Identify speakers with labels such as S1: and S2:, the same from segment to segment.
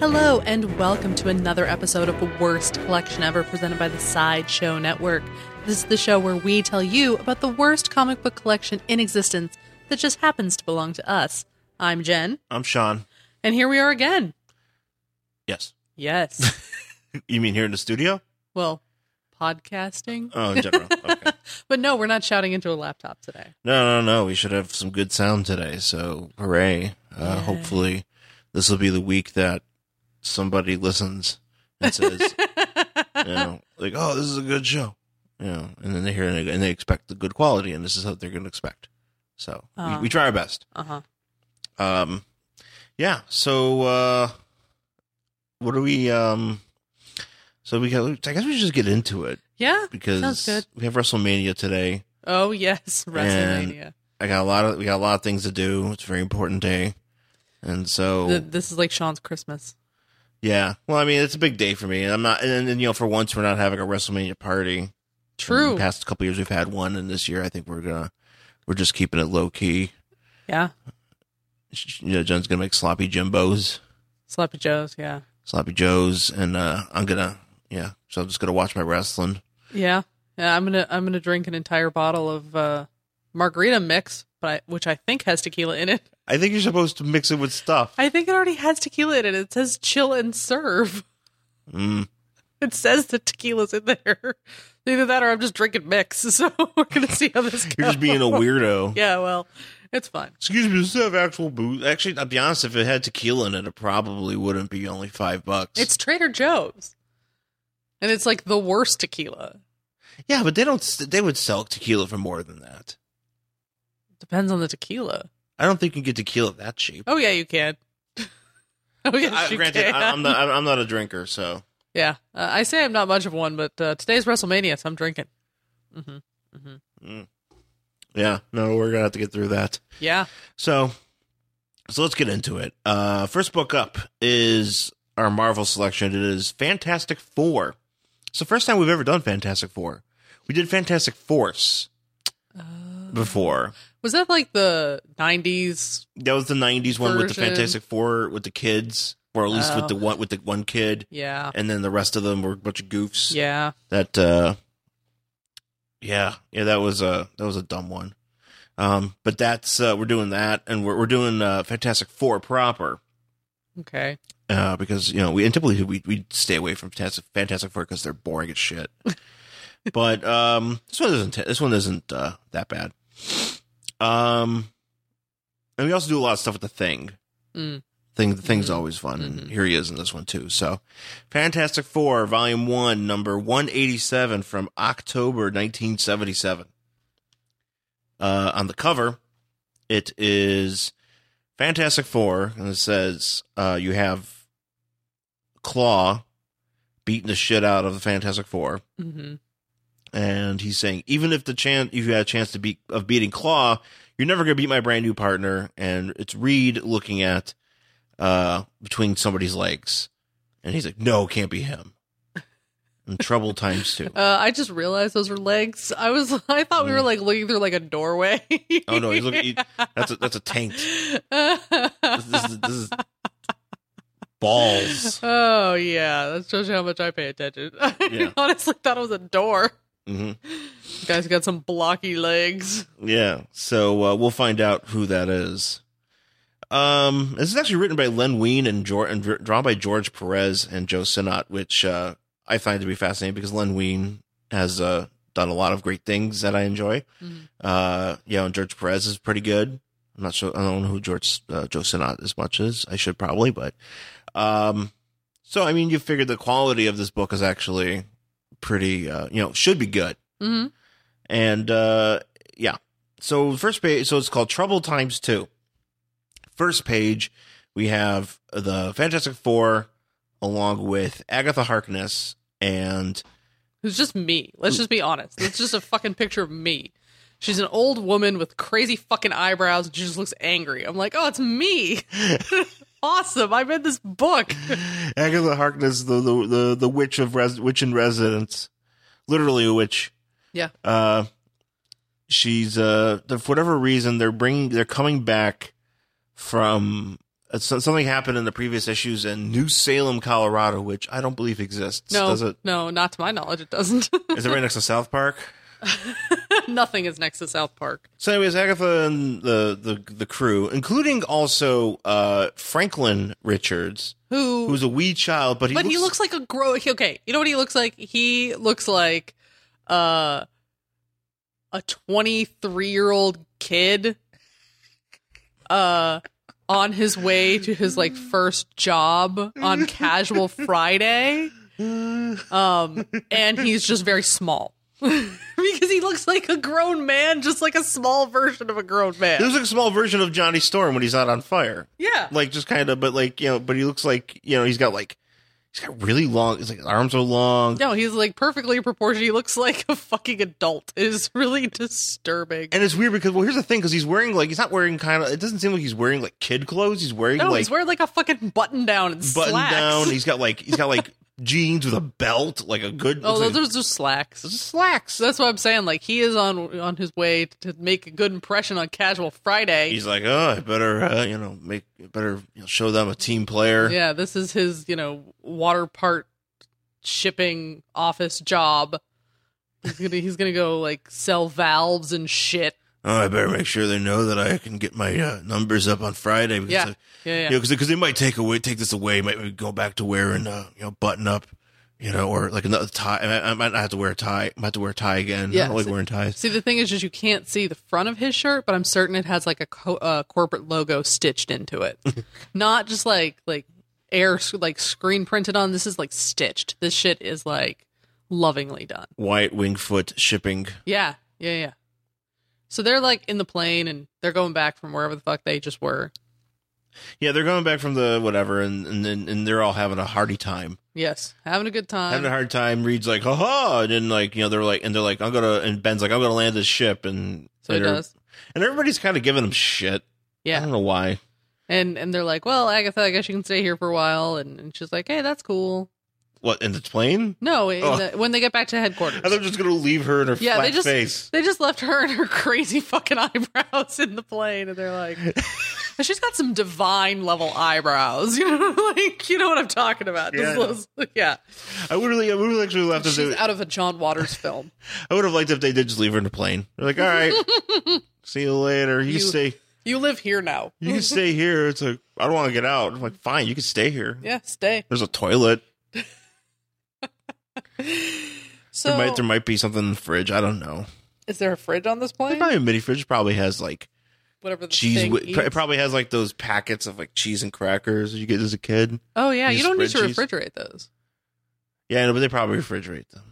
S1: Hello, and welcome to another episode of the Worst Collection Ever presented by the Sideshow Network. This is the show where we tell you about the worst comic book collection in existence that just happens to belong to us. I'm Jen,
S2: I'm Sean.
S1: and here we are again.
S2: Yes.
S1: Yes.
S2: You mean here in the studio?
S1: well, podcasting.
S2: Oh, in general. Okay.
S1: But no, we're not shouting into a laptop today.
S2: No, no, no. We should have some good sound today. So, hooray. Uh,
S1: Yeah.
S2: Hopefully, this will be the week that somebody listens and says, you know, like, oh, this is a good show. You know, and then they hear it and they expect the good quality, and this is what they're going to expect. So,
S1: Uh-huh.
S2: we, we try our best.
S1: Uh huh.
S2: Um, yeah. So, uh, what do we, um, so we got, I guess we should just get into it.
S1: Yeah. Sounds
S2: because
S1: good.
S2: we have WrestleMania today.
S1: Oh, yes. WrestleMania.
S2: I got a lot of we got a lot of things to do. It's a very important day, and so
S1: Th- this is like Sean's Christmas.
S2: yeah. Well, I mean, it's a big day for me, and I'm not. And, then you know, for once, we're not having a WrestleMania party. In
S1: True.
S2: the past couple years, we've had one, and this year, I think we're gonna we're just keeping it low key.
S1: Yeah.
S2: Sh- You know, Jen's gonna make sloppy Jimbos,
S1: Sloppy Joe's. Yeah.
S2: sloppy Joes, and uh I'm gonna yeah. So I'm just gonna watch my wrestling.
S1: Yeah. Yeah, I'm gonna I'm gonna drink an entire bottle of uh, margarita mix, but I, which I think has tequila in it.
S2: I think you're supposed to mix it with stuff.
S1: I think it already has tequila in it. It says chill and serve.
S2: Mm.
S1: It says the tequila's in there. Either that or I'm just drinking mix. So we're gonna see how this goes.
S2: You're just being a weirdo.
S1: Yeah, well, it's fine.
S2: Excuse me, does it have actual booze? Actually, I'll be honest, if it had tequila in it, it probably wouldn't be only five bucks.
S1: It's Trader Joe's, and it's like the worst tequila.
S2: yeah, but they don't. They would sell tequila for more than that.
S1: Depends on the tequila.
S2: I don't think you can get tequila that cheap.
S1: Oh yeah, you can. oh yes,
S2: I,
S1: you
S2: granted,
S1: can.
S2: I, I'm not. I'm- I'm not a drinker, so
S1: Yeah, uh, I say I'm not much of one, but uh, today's WrestleMania, so I'm drinking. hmm hmm
S2: yeah. No, we're gonna have to get through that.
S1: Yeah,
S2: So, so let's get into it. Uh, first book up is our Marvel selection. It is Fantastic Four. It's the first time we've ever done Fantastic Four. We did Fantastic Force before.
S1: Uh, was that like the '90s?
S2: That was the '90s one with the
S1: Version.
S2: Fantastic Four with the kids, or at least
S1: Oh.
S2: with the one with the one kid,
S1: Yeah,
S2: and then the rest of them were a bunch of goofs.
S1: yeah.
S2: That, uh, yeah, yeah, that was a that was a dumb one. Um, but that's uh, we're doing that, and we're we're doing uh, Fantastic Four proper
S1: Okay.
S2: uh, because you know we and typically we we stay away from Fantastic Fantastic Four because they're boring as shit. but um, this one isn't this one isn't uh, that bad. Um, and we also do a lot of stuff with the thing.
S1: Mm.
S2: Thing the thing's always fun,
S1: Mhm.
S2: and here he is in this one too. So, Fantastic Four, Volume One, Number One Eighty Seven from October nineteen seventy seven. Uh, on the cover, it is Fantastic Four, and it says uh, you have Claw beating the shit out of the Fantastic Four,
S1: hmm
S2: and he's saying even if the chance if you had a chance to beat of beating Claw, you're never going to beat my brand new partner, and it's Reed looking at uh, between somebody's legs, and he's like, no, can't be him. And trouble times two.
S1: Uh, I just realized those were legs. I was, I thought we were like looking through like a doorway.
S2: Oh no, he's looking. He, that's a that's a taint. This, this, is- this is balls.
S1: oh yeah, that shows you how much I pay attention. I
S2: Yeah.
S1: honestly thought it was a door.
S2: hmm
S1: You guys got some blocky legs.
S2: Yeah. So uh, we'll find out who that is. Um, this is actually written by Len Wein and, Geor- and dr- drawn by George Perez and Joe Sinnott, which uh, I find to be fascinating because Len Wein has uh, done a lot of great things that I enjoy.
S1: Mhm.
S2: Uh, yeah, and George Perez is pretty good. I'm not sure. I don't know who George uh, Joe Sinnott as much as I should probably, but um, so I mean, you figure the quality of this book is actually pretty. Uh, you know, should be good
S1: hmm
S2: and uh yeah so first page so it's called trouble times two first page we have the fantastic four along with agatha harkness and
S1: It's just me. Let's just be honest. It's just a fucking picture of me. She's an old woman with crazy fucking eyebrows and she just looks angry. I'm like, oh, it's me. awesome. I'm in this book.
S2: agatha harkness the the the, the witch of res- witch in residence literally a witch
S1: Yeah.
S2: uh she's uh the- for whatever reason they're bringing they're coming back from uh, so- something happened in the previous issues in New Salem, Colorado, which I don't believe exists.
S1: No,
S2: Does it?
S1: no, not to my knowledge, it doesn't.
S2: Is it right next to South Park?
S1: Nothing is next to South Park.
S2: So, anyways, Agatha and the the, the crew, including also uh, Franklin Richards,
S1: Who?
S2: who's a wee child, but he
S1: but
S2: looks,
S1: he looks like a grow. Okay, you know what he looks like? He looks like uh, a twenty-three-year-old kid, uh, on his way to his like first job on Casual Friday. Um, and he's just very small because he looks like a grown man, just like a small version of a grown
S2: he
S1: man.
S2: looks like a small version of Johnny Storm when he's out on fire.
S1: Yeah,
S2: like just kind of, but like you know, but he looks like you know he's got like he's got really long. His like arms are long,
S1: No, he's like perfectly proportioned. He looks like a fucking adult. It is really disturbing.
S2: and it's weird because well, here's the thing because he's wearing like he's not wearing kind of. It doesn't seem like he's wearing like kid clothes. He's wearing
S1: no,
S2: like
S1: he's wearing like a fucking button down and
S2: button
S1: slacks.
S2: down. He's got like he's got like jeans with a belt, like a good.
S1: oh,
S2: looks like-
S1: those are just slacks.
S2: those are slacks.
S1: So that's what I'm saying. Like he is on on his way to make a good impression on Casual Friday.
S2: He's like, oh, I better, uh, you know, make better you know, show them a team player.
S1: yeah, this is his you know water part shipping office job. He's gonna he's gonna go like sell valves and shit.
S2: Oh, I better make sure they know that I can get my uh, numbers up on Friday because
S1: Yeah,
S2: uh,
S1: Yeah,
S2: you
S1: yeah.
S2: know, cause, 'cause they might take away, take this away, might go back to wearing, uh, you know, button up, you know, or like another tie. I, I might not have to wear a tie. I might have to wear a tie again. I
S1: Yeah,
S2: don't like
S1: so-
S2: wearing ties.
S1: See, the thing is, just you can't see the front of his shirt, but I'm certain it has like a co- uh, corporate logo stitched into it, not just like like air like screen printed on. This is like stitched. This shit is like lovingly done.
S2: White Wingfoot shipping.
S1: Yeah, yeah, yeah. So they're like in the plane and they're going back from wherever the fuck they just were.
S2: Yeah, they're going back from the whatever, and and then- and they're all having a hearty time.
S1: Yes, having a good time.
S2: having a hard time. Reed's like, ha ha, and then like you know they're like, and they're like, I'm gonna, and Ben's like, I'm gonna land this ship, and
S1: so it
S2: later-
S1: does.
S2: and everybody's kind of giving him shit. I
S1: Yeah,
S2: don't know why.
S1: and and they're like, well, Agatha, I guess you can stay here for a while. And, and she's like, hey, that's cool.
S2: What in the plane?
S1: No, in
S2: Oh.
S1: the, when they get back to headquarters.
S2: I thought just gonna leave her in her
S1: Yeah,
S2: flat
S1: they just-
S2: face.
S1: They just left her and her crazy fucking eyebrows in the plane, and they're like, "She's got some divine level eyebrows." You know, like you know what I'm talking about.
S2: Yeah, I
S1: Just
S2: know.
S1: those- yeah.
S2: I would really, I would have actually left if
S1: She's
S2: they,
S1: out of a John Waters film.
S2: I would have liked if they did just leave her in the plane. They're like, all right, see you later. You, can
S1: You-
S2: stay,
S1: You live here now.
S2: you can stay here. It's like I don't want to get out. I'm like, fine, you can stay here.
S1: Yeah, stay.
S2: There's a toilet.
S1: So,
S2: there might there might be something in the fridge. I don't know.
S1: is there a fridge on this plane?
S2: Probably a mini fridge. Probably has like
S1: Whatever the
S2: cheese.
S1: thing
S2: With,
S1: eats.
S2: it probably has like those packets of like cheese and crackers you get as a kid.
S1: oh yeah,
S2: you
S1: you don't need to
S2: spread cheese.
S1: refrigerate those.
S2: Yeah, I know, but they probably refrigerate them.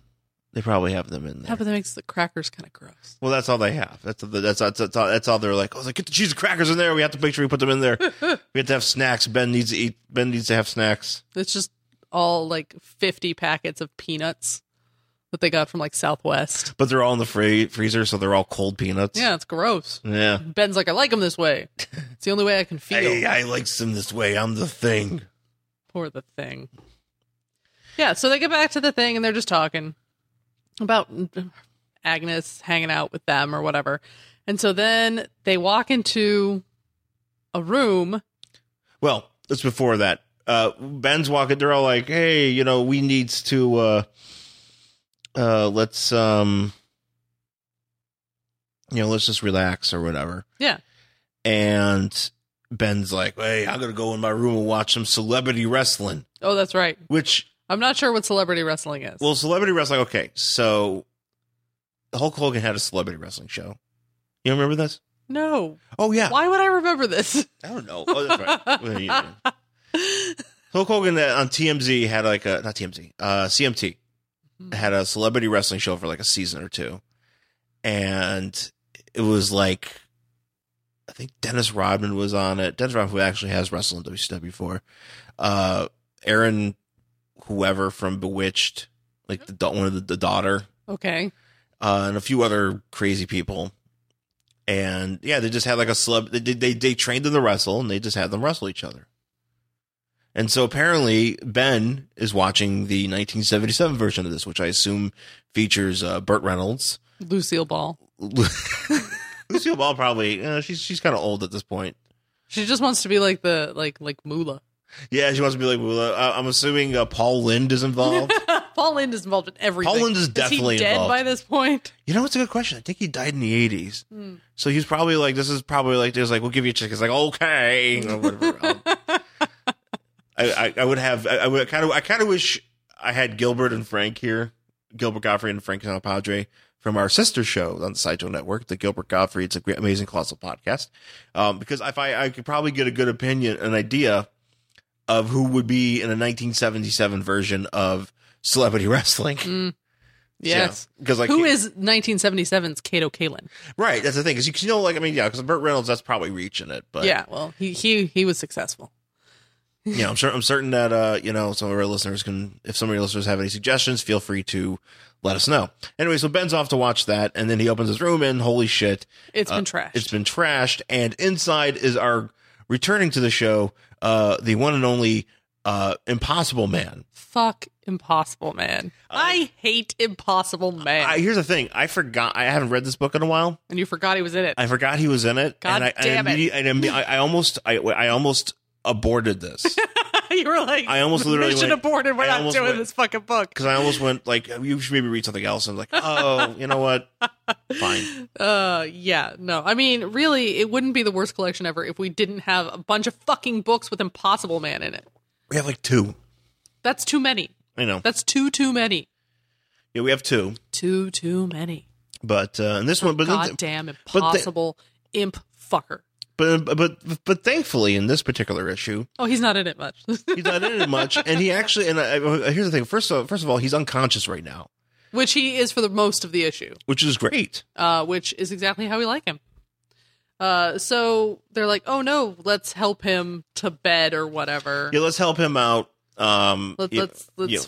S2: They probably have them in
S1: Yeah,
S2: there.
S1: but that makes the crackers kind of gross.
S2: well, that's all they have. That's the, that's that's that's all, that's all they're like. Oh, it's like get the cheese and crackers in there. We have to make sure we put them in there. we have to have snacks. Ben needs to eat. Ben needs to have snacks.
S1: It's just all like 50 packets of peanuts that they got from like Southwest.
S2: But they're all in the free, freezer, so they're all cold peanuts.
S1: Yeah, it's gross.
S2: Yeah.
S1: Ben's like, I like him this way. It's the only way I can feel.
S2: Hey, I likes them this way. I'm the thing.
S1: Poor the thing. Yeah, so they get back to the thing and they're just talking about Agnes hanging out with them or whatever. And so then they walk into a room.
S2: Well, it's before that. Uh, Ben's walking. They're all like, "Hey, you know, we needs to uh, uh, let's um, you know, let's just relax or whatever."
S1: Yeah.
S2: And Ben's like, "Hey, I'm gonna go in my room and watch some celebrity wrestling."
S1: Oh, that's right.
S2: Which,
S1: I'm not sure what celebrity wrestling is.
S2: well, celebrity wrestling. Okay, so Hulk Hogan had a celebrity wrestling show. You remember this?
S1: no.
S2: Oh yeah,
S1: Why would I remember this?
S2: I don't know. Oh, that's right. Well, yeah. Hulk Hogan uh, on TMZ had like a not TMZ, uh, CMT had a celebrity wrestling show for like a season or two, and it was like I think Dennis Rodman was on it. Dennis Rodman who actually has wrestled in WCW before. Uh, Aaron, whoever from Bewitched, like the da- one of the, the daughter,
S1: okay.
S2: uh, and a few other crazy people. And yeah, they just had like a celeb. They they, they trained them to wrestle, and they just had them wrestle each other. And so apparently Ben is watching the 1977 version of this, which I assume features uh, Burt Reynolds.
S1: Lucille Ball.
S2: Lucille Ball probably uh, she's she's kind of old at this point.
S1: She just wants to be like the like like Moolah.
S2: Yeah, she wants to be like Mula. I- I'm assuming uh, Paul Lind is involved.
S1: Paul Lind is involved in everything.
S2: Paul Lind is definitely
S1: he dead
S2: involved.
S1: by this point.
S2: you know, it's a good question. I think he died in the 80s.
S1: Hmm.
S2: So he's probably like, this is probably like, there's like, we'll give you a check. It's like, okay. Or whatever. Um, I, I, I would have, I, I would kind of, I kind of wish I had Gilbert and Frank here, Gilbert Godfrey and Frank Padre from our sister show on the Sideshow Network, the Gilbert Godfrey. It's a great, amazing, colossal podcast. Um, because if I, I could probably get a good opinion, an idea of who would be in a 1977 version of celebrity wrestling.
S1: Mm. Yes.
S2: Because like,
S1: Who is 1977's Kato Kalin?
S2: Right, that's the thing. Because you, 'cause you know, like I mean, yeah, because Burt Reynolds, that's probably reaching it. But
S1: Yeah, well, he he he was successful.
S2: you know, I'm sure I'm certain that uh, you know, some of our listeners can. If some of your listeners have any suggestions, feel free to let us know. Anyway, so Ben's off to watch that, and then he opens his room, and holy shit,
S1: It's
S2: Uh,
S1: been trashed.
S2: it's been trashed. And inside is our returning to the show, uh, the one and only uh, Impossible Man.
S1: Fuck Impossible Man. I hate Impossible Man.
S2: I, here's the thing: I forgot. I haven't read this book in a while.
S1: and you forgot he was in it.
S2: I forgot he was in it.
S1: God
S2: and I,
S1: damn
S2: I,
S1: it.
S2: immedi- and imme- I, I almost, I, I almost aborted this
S1: you were like,
S2: I almost literally
S1: mission
S2: went-
S1: aborted. We're
S2: I
S1: not
S2: almost
S1: doing
S2: went-
S1: this fucking book.
S2: because I almost went like, you should maybe read something else. And I'm like, oh, you know what? Fine.
S1: Uh, yeah, no. I mean, really, it wouldn't be the worst collection ever if we didn't have a bunch of fucking books with Impossible Man in it.
S2: We have like two.
S1: That's too many.
S2: I know.
S1: That's too too many.
S2: Yeah, we have two,
S1: Too too many.
S2: but uh, and this one, but
S1: Goddamn Impossible Imp fucker.
S2: but but but thankfully in this particular issue,
S1: Oh, he's not in it much.
S2: he's not in it much, and he actually and I, I- here's the thing. First of first of all, he's unconscious right now,
S1: which he is for the most of the issue.
S2: which is great.
S1: uh, which is exactly how we like him. Uh, so they're like, oh no, let's help him to bed or whatever.
S2: Yeah, let's help him out. Um,
S1: Let,
S2: yeah,
S1: let's let's
S2: yeah.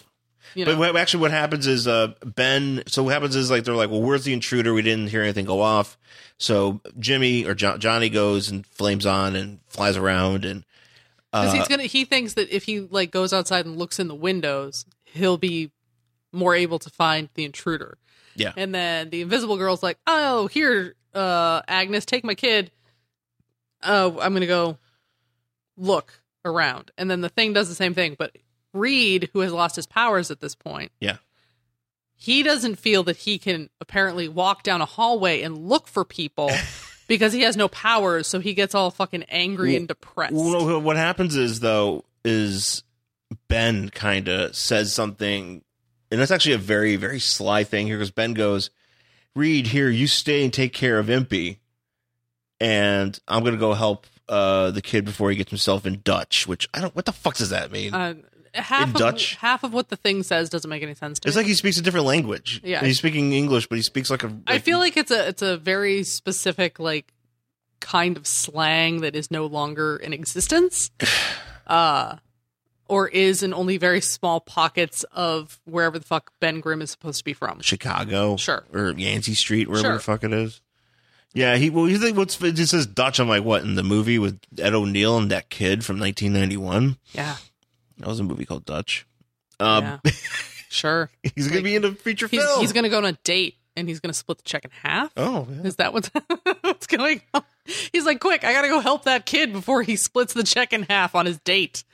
S1: you know
S2: But what, actually, what happens is uh, Ben. So what happens is like they're like, well, where's the intruder? We didn't hear anything go off. So Jimmy or jo- Johnny goes and flames on and flies around and
S1: 'cause
S2: uh,
S1: he's gonna he thinks that if he like goes outside and looks in the windows, he'll be more able to find the intruder.
S2: Yeah.
S1: And then the invisible girl's like, oh here, uh, Agnes, take my kid. Uh, I'm gonna go look around, and then the thing does the same thing. But Reed, who has lost his powers at this point.
S2: yeah,
S1: he doesn't feel that he can apparently walk down a hallway and look for people because he has no powers so he gets all fucking angry and depressed
S2: Well, no, what happens is though is Ben kind of says something, and that's actually a very very sly thing here because Ben goes, "Reed, here you stay and take care of Impy, and I'm gonna go help uh, the kid before he gets himself in Dutch." Which I don't. What the fuck does that mean?
S1: uh, half
S2: In
S1: of,
S2: Dutch?
S1: half of what the thing says doesn't make any sense to
S2: It's
S1: me
S2: like he speaks a different language.
S1: Yeah.
S2: And he's speaking English, but he speaks like a.
S1: i feel like it's a it's a very specific like kind of slang that is no longer in existence uh or is in only very small pockets of wherever the fuck Ben Grimm is supposed to be from.
S2: Chicago,
S1: Sure.
S2: or Yancey Street, wherever
S1: Sure.
S2: the fuck it is. Yeah, he well, you think what's it just says Dutch? I'm like, what in the movie with Ed O'Neill and that kid from 1991?
S1: Yeah.
S2: That was a movie called Dutch. Um,
S1: yeah. sure.
S2: he's gonna be in a feature
S1: He's,
S2: film.
S1: he's going to go on a date and he's going to split the check in half.
S2: oh, yeah.
S1: Is that what's, what's going on? He's like, quick, I got to go help that kid before he splits the check in half on his date.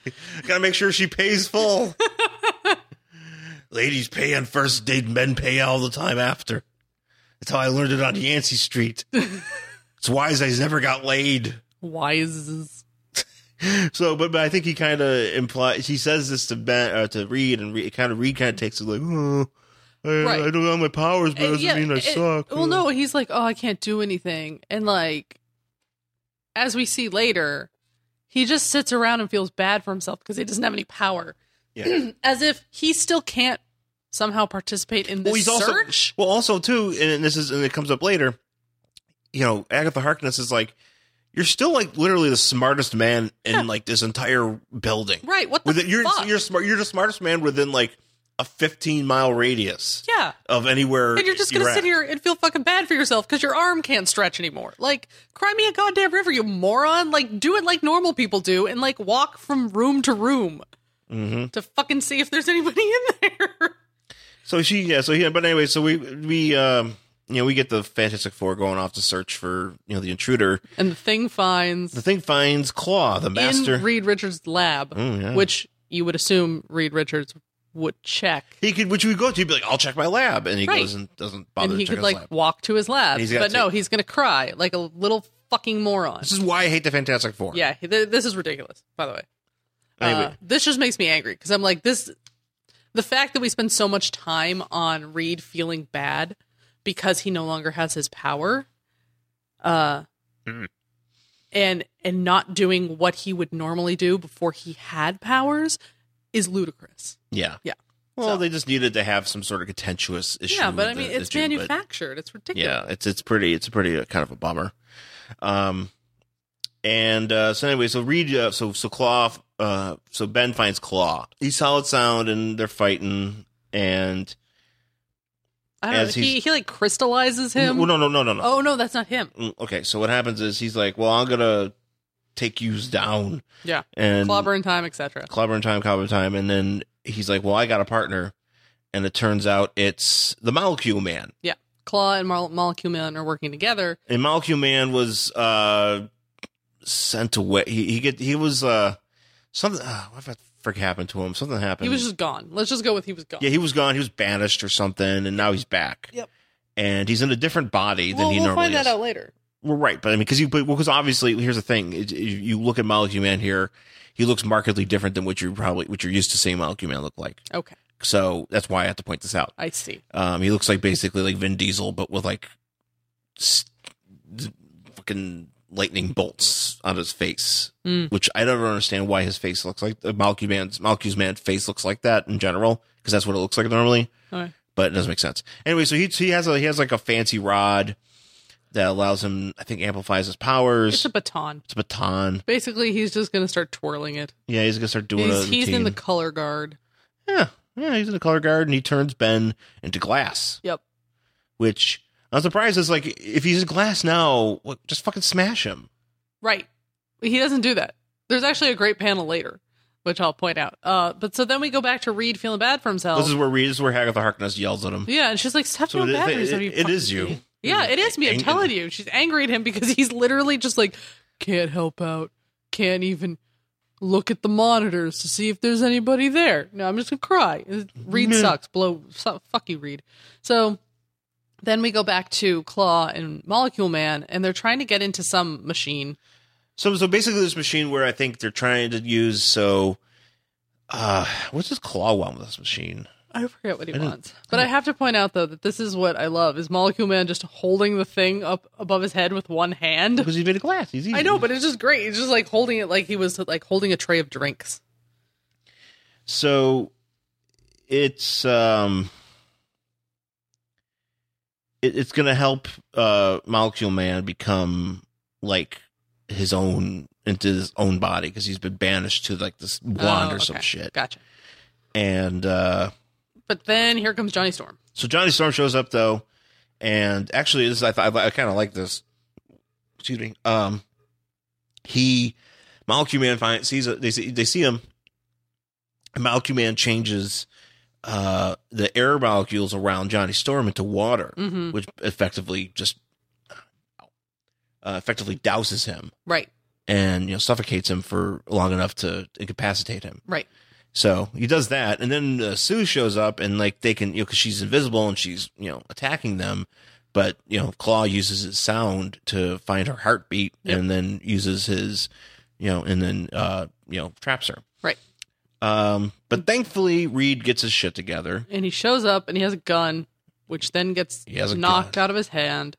S2: gotta make sure she pays full. Ladies pay on first date, men pay all the time after. That's how I learned it on Yancey Street. it's wise I never got laid.
S1: Why is
S2: So, but, but I think he kind of implies he says this to Ben uh, to Reed, and Reed, kind of Reed kind of takes it like, oh, I,
S1: Right.
S2: I don't have my powers, but it doesn't mean I
S1: it-
S2: suck.
S1: Well, no, he's like, oh, I can't do anything. And like, as we see later, he just sits around and feels bad for himself because he doesn't have any power.
S2: Yeah.
S1: As if he still can't somehow participate in this
S2: well, he's also
S1: search.
S2: well, also too, and this is and it comes up later. You know, Agatha Harkness is like, you're still like literally the smartest man in like this entire building.
S1: right. What the
S2: Within, you're
S1: fuck?
S2: you're smart. You're the smartest man within like a 15 mile radius
S1: yeah.
S2: of anywhere.
S1: And you're just gonna
S2: at.
S1: sit here and feel fucking bad for yourself because your arm can't stretch anymore. Like, cry me a goddamn river, you moron! Like, do it like normal people do, and like walk from room to room
S2: Mm-hmm.
S1: to fucking see if there's anybody in there.
S2: So she, yeah. So he, but anyway, so we we um you know, we get the Fantastic Four going off to search for, you know, the intruder.
S1: And the thing finds
S2: The thing finds Claw, the master.
S1: in Reed Richards' lab,
S2: Mm, yeah.
S1: which you would assume Reed Richards would check.
S2: he could, which we go to, he'd be like, "I'll check my lab," and he
S1: Right.
S2: goes and doesn't bother
S1: and he
S2: to
S1: could
S2: check his
S1: like
S2: lab.
S1: walk to his lab.
S2: And he's gotta
S1: But no,
S2: take-
S1: he's going to cry like a little fucking moron.
S2: This is why I hate the Fantastic Four.
S1: Yeah, he- th- this is ridiculous, by the way.
S2: Anyway.
S1: Uh, this just makes me angry because I'm like, this. The fact that we spend so much time on Reed feeling bad because he no longer has his power, uh,
S2: Mm.
S1: and and not doing what he would normally do before he had powers, is ludicrous.
S2: yeah,
S1: Yeah.
S2: Well,
S1: So-
S2: they just needed to have some sort of contentious issue.
S1: yeah, but I
S2: with
S1: mean,
S2: the
S1: it's
S2: issue, but-
S1: manufactured. It's ridiculous.
S2: Yeah, it's it's pretty it's pretty uh, kind of a bummer. Um, and uh, so anyway, so Reed, uh, so so Claw, uh, so Ben finds Claw. He's solid sound, and they're fighting. And
S1: I don't know.
S2: As he's-
S1: He he like crystallizes him.
S2: well, no, no, no, no, no.
S1: Oh no, that's not him.
S2: Mm, Okay, so what happens is he's like, "Well, I'm gonna take yous down."
S1: Yeah.
S2: and
S1: Clobber in time, etc.
S2: clobbering time, clobbering time, and then he's like, "Well, I got a partner," and it turns out it's the Molecule Man.
S1: Claw and Mole- Molecule Man are working together.
S2: And Molecule Man was uh sent away. He he get he was uh something. Uh, what the frick happened to him? Something happened.
S1: He was just gone. Let's just go with he was gone.
S2: yeah, he was gone. He was banished or something, and now he's back.
S1: Yep.
S2: And he's in a different body
S1: well,
S2: than he
S1: we'll
S2: normally
S1: find
S2: is.
S1: that out later.
S2: Well, right, but I mean, because you, because obviously, here's the thing: It- you you look at Molecule Man here, he looks markedly different than what you're probably what you're used to seeing Molecule Man look like.
S1: Okay,
S2: So that's why I have to point this out.
S1: I see.
S2: Um, he looks like basically like Vin Diesel, but with like s- d- fucking lightning bolts on his face,
S1: Mm.
S2: which I don't understand why his face looks like the Molecule Man's Molecule's Man face looks like that in general because that's what it looks like normally.
S1: Okay.
S2: But it doesn't make sense. Anyway, so he he has a he has like a fancy rod that allows him, I think, amplifies his powers.
S1: It's a baton.
S2: It's a baton.
S1: Basically, he's just gonna start twirling it.
S2: Yeah, he's gonna start doing.
S1: He's,
S2: a
S1: he's in the
S2: routine.
S1: color guard.
S2: yeah yeah he's in the color guard and he turns Ben into glass.
S1: Yep.
S2: which I'm surprised is like if he's in glass now, what, just fucking smash him.
S1: Right. He doesn't do that. There's actually a great panel later, which I'll point out. Uh, but so then we go back to Reed feeling bad for himself.
S2: This is where Reed, this is where Hagatha Harkness yells at him.
S1: yeah, and she's like, "Stop
S2: So
S1: feeling
S2: it-
S1: bad for
S2: it-
S1: yourself." you
S2: it- it is
S1: fucking
S2: you.
S1: idiot." Yeah, it is me. I'm
S2: Ang-
S1: telling you. She's angry at him because he's literally just like, can't help out, can't even look at the monitors to see if there's anybody there. No, I'm just gonna cry. Reed
S2: Meh.
S1: sucks. Blow. Su- fuck you, Reed. So then we go back to Claw and Molecule Man, and they're trying to get into some machine.
S2: So so basically this machine where I think they're trying to use so uh what's this claw want with this machine?
S1: I forget what he
S2: I don't-
S1: wants, but I have to point out though that this is what I love: is Molecule Man just holding the thing up above his head with one hand.
S2: Because he's made of glass. He's easy.
S1: I know, but it's just great. It's just like holding it like he was like holding a tray of drinks.
S2: so it's um it, it's gonna help uh Molecule Man become like his own into his own body because he's been banished to like this wand
S1: Oh,
S2: or some
S1: okay.
S2: shit.
S1: Gotcha.
S2: And uh,
S1: But then here comes Johnny Storm.
S2: so Johnny Storm shows up though, and actually, this is, I th- I, kind of like this. Excuse me. Um, he Molecule Man finds sees a, they see they see him. And Molecule Man changes uh the air molecules around Johnny Storm into water,
S1: hmm
S2: which effectively just uh, effectively douses him
S1: Right.
S2: and you know suffocates him for long enough to incapacitate him.
S1: Right.
S2: So he does that, and then uh, Sue shows up, and like they can, you know, because she's invisible and she's you know attacking them, but you know Claw uses his sound to find her heartbeat,
S1: Yep.
S2: and then uses his, you know, and then uh you know traps her.
S1: Right.
S2: Um, but thankfully Reed gets his shit together.
S1: And he shows up and he has a gun, which then gets
S2: He has a
S1: knocked out of his hand.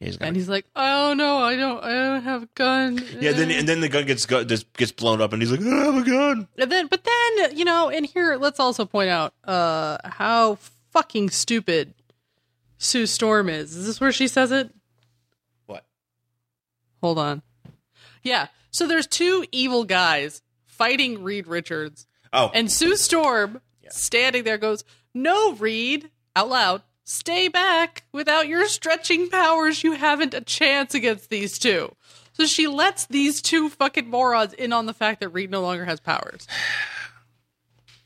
S2: He's got
S1: And he's like, "Oh no, I don't, I don't have a gun."
S2: yeah. Then and then the gun gets go- just gets blown up, and he's like, "Oh my god!"
S1: And then, but then you know, and here let's also point out uh how fucking stupid Sue Storm is. Is this where she says it?
S2: What?
S1: Hold on. Yeah. So there's two evil guys fighting Reed Richards,
S2: Oh,
S1: and Sue Storm standing there goes, "No, Reed!" out loud. Stay back. Without your stretching powers, you haven't a chance against these two. So she lets these two fucking morons in on the fact that Reed no longer has powers.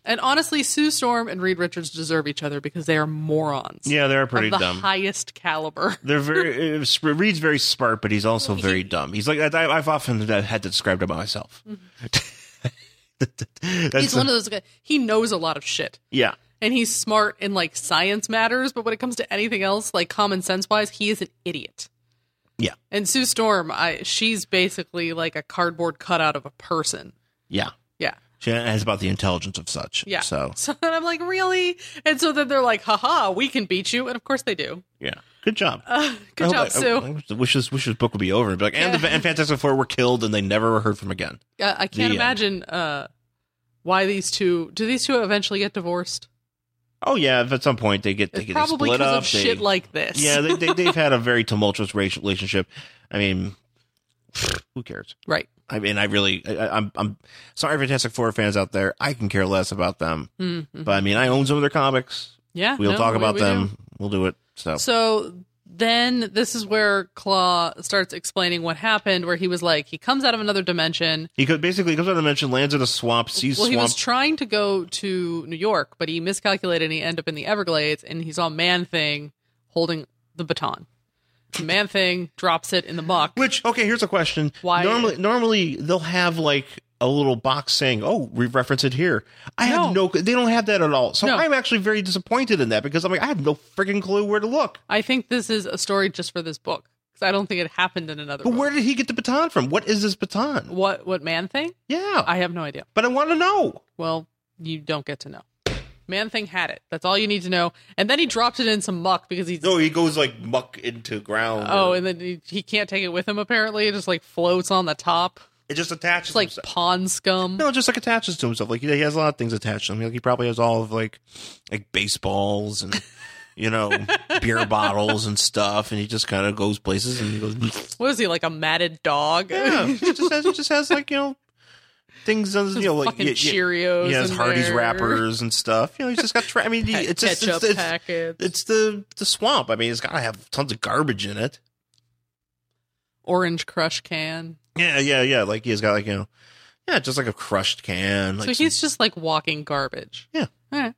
S1: And honestly, Sue Storm and Reed Richards deserve each other because they are morons.
S2: Yeah, they're pretty
S1: of the
S2: dumb.
S1: highest caliber.
S2: They're very uh, Sp- Reed's very smart, but he's also very dumb. He's like I, I've often had to describe to myself. That's
S1: Mm-hmm. he's one of those guys. He knows a lot of shit,
S2: yeah,
S1: and he's smart in like science matters. But when it comes to anything else, like common sense wise, he is an idiot.
S2: Yeah.
S1: And Sue Storm, I she's basically like a cardboard cutout of a person.
S2: yeah.
S1: Yeah.
S2: She has about the intelligence of such.
S1: Yeah.
S2: So
S1: So then I'm like, really? And so then they're like, haha, we can beat you. And of course they do.
S2: yeah, good job.
S1: Uh,
S2: I
S1: good
S2: hope
S1: job,
S2: I-
S1: Sue.
S2: I, wish- wish this wish this book would be over and be like, and the and Fantastic Four were killed and they never were heard from again.
S1: Uh, I
S2: The
S1: can't
S2: end.
S1: imagine uh, why these two do these two eventually get divorced?
S2: Oh yeah, if at some point they get they
S1: It's
S2: get
S1: probably
S2: split
S1: because
S2: up.
S1: of
S2: they-
S1: shit like this.
S2: yeah, they, they they've had a very tumultuous racial relationship. I mean, who cares?
S1: right.
S2: I mean, I really, I, I- I'm, I'm sorry, Fantastic Four fans out there. I can care less about them,
S1: mm
S2: but I mean, I own some of their comics.
S1: Yeah,
S2: We'll
S1: no,
S2: talk
S1: we-
S2: about
S1: we
S2: them.
S1: do.
S2: We'll do it. So,
S1: So then this is where Claw starts explaining what happened, where he was like, he comes out of another dimension.
S2: he could basically he comes out of the dimension, lands in a swamp, sees
S1: well, he
S2: swamp.
S1: was trying to go to New York, but he miscalculated and he ended up in the Everglades and he saw Man Thing holding the baton. Man Thing drops it in the muck.
S2: which okay, here's a question.
S1: Why-
S2: normally normally they'll have like a little box saying, "Oh, we reference it here." I have no.
S1: No.
S2: They don't have that at all. So
S1: No.
S2: I'm actually very disappointed in that because I'm like, I have no freaking clue where to look.
S1: I think this is a story just for this book because I don't think it happened in another.
S2: But
S1: book.
S2: where did he get the baton from? What is this baton?
S1: What what man thing?
S2: Yeah,
S1: I have no idea.
S2: but I want to know.
S1: Well, you don't get to know. Man thing had it. That's all you need to know. And then he dropped it in some muck because he's
S2: No, he goes like muck into ground.
S1: oh,
S2: or-
S1: and then he, he can't take it with him. Apparently, it just like floats on the top.
S2: It just attaches
S1: It's like
S2: himself.
S1: pond scum.
S2: No, it just like attaches to himself. Like he, he has a lot of things attached to him. Like he probably has all of like like baseballs and you know beer bottles and stuff. And he just kind of goes places and he goes.
S1: What is he like a matted dog?
S2: Yeah, he just has he just has like you know things on his- you know like
S1: fucking
S2: yeah, yeah,
S1: Cheerios.
S2: he has
S1: in
S2: Hardy's
S1: there.
S2: wrappers and stuff. You know, he's just got. Tra- I mean, he-
S1: Pet-
S2: it's just
S1: ketchup
S2: it's, it's,
S1: packets,
S2: it's the the swamp. I mean, it's got to have tons of garbage in it.
S1: orange crush can.
S2: Yeah, yeah, yeah. Like he's got like you know, yeah, just like a crushed can. Like
S1: so he's just like walking garbage.
S2: Yeah.
S1: All right.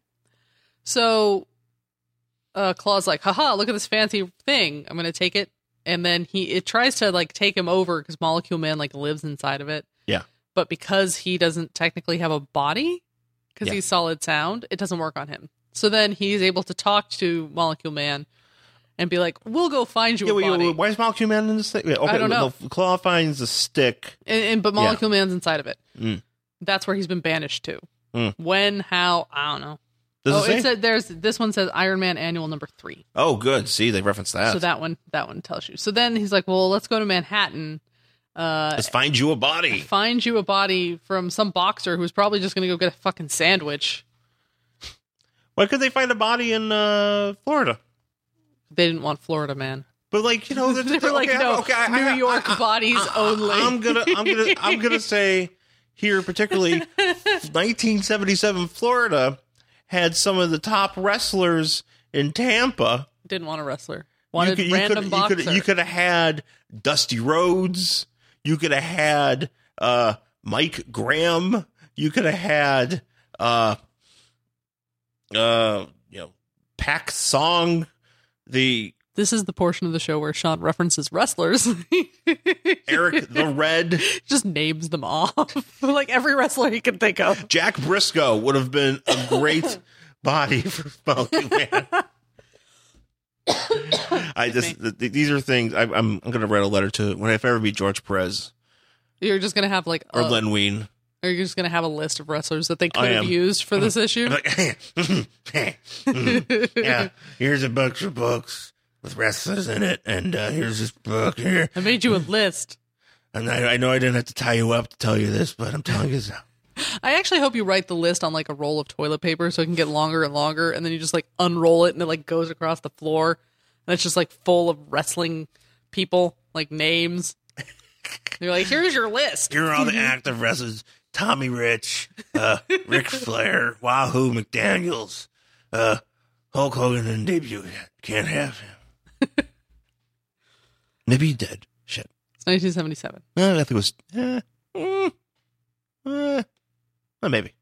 S1: So uh Claw's like, haha, look at this fancy thing. I'm gonna take it. And then he it tries to like take him over because Molecule Man like lives inside of it.
S2: Yeah.
S1: But because he doesn't technically have a body, because
S2: Yeah.
S1: he's solid sound, it doesn't work on him. So then he's able to talk to Molecule Man and be like, We'll go find you
S2: Yeah,
S1: a
S2: wait,
S1: body.
S2: wait, why is Molecule Man in this thing? Yeah, okay,
S1: don't know.
S2: no, Claw finds the stick.
S1: And, and but Molecule Man's inside of it.
S2: Mm.
S1: That's where he's been banished to.
S2: Mm.
S1: When, how, I don't know.
S2: Does
S1: oh,
S2: it say?
S1: it said there's this one says Iron Man Annual number three.
S2: oh, good. See, they referenced that.
S1: So that one that one tells you. So then he's like, well, let's go to Manhattan, uh,
S2: Let's find you a body.
S1: find you a body from some boxer who's probably just gonna go get a fucking sandwich.
S2: Why could they find a body in uh, Florida?
S1: They didn't want Florida man.
S2: But like you know, they're,
S1: They were like,
S2: okay,
S1: no,
S2: okay, I-
S1: New
S2: I-
S1: York
S2: I- I-
S1: bodies only.
S2: I'm gonna, I'm gonna, I'm gonna say here particularly, 1977 Florida had some of the top wrestlers in Tampa.
S1: didn't want a wrestler. Wanted
S2: could-
S1: random
S2: could,
S1: boxer.
S2: You could, you could have had Dusty Rhodes. You could have had uh, Mike Graham. You could have had uh, uh, you know Pack Song, the
S1: this is the portion of the show where Sean references wrestlers.
S2: Eric the Red,
S1: just names them off. like every wrestler he can think of.
S2: Jack Briscoe would have been a great body for Monkey Man. I just th- th- these are things I, I'm I'm gonna write a letter to when if I ever meet George Perez
S1: You're just gonna have like
S2: or
S1: a-
S2: Len Wein.
S1: Are you just going to have a list of wrestlers that they
S2: I
S1: could have
S2: am.
S1: used for this issue?
S2: I'm like, yeah, here's a bunch of books with wrestlers in it, and uh, here's this book here.
S1: I made you a list.
S2: And I, I know I didn't have to tie you up to tell you this, but I'm telling you now.
S1: I actually hope you write the list on like a roll of toilet paper so it can get longer and longer, and then you just like unroll it and it like goes across the floor, and it's just like full of wrestling people, like names. You're like, here's your list.
S2: Here are all the active wrestlers: Tommy Rich, uh, Ric Flair, Wahoo McDaniel's, uh, Hulk Hogan didn't debut yet. Can't have him. Maybe he's dead. Shit.
S1: It's 1977.
S2: No, I think it was. Eh, mm, eh, well, maybe.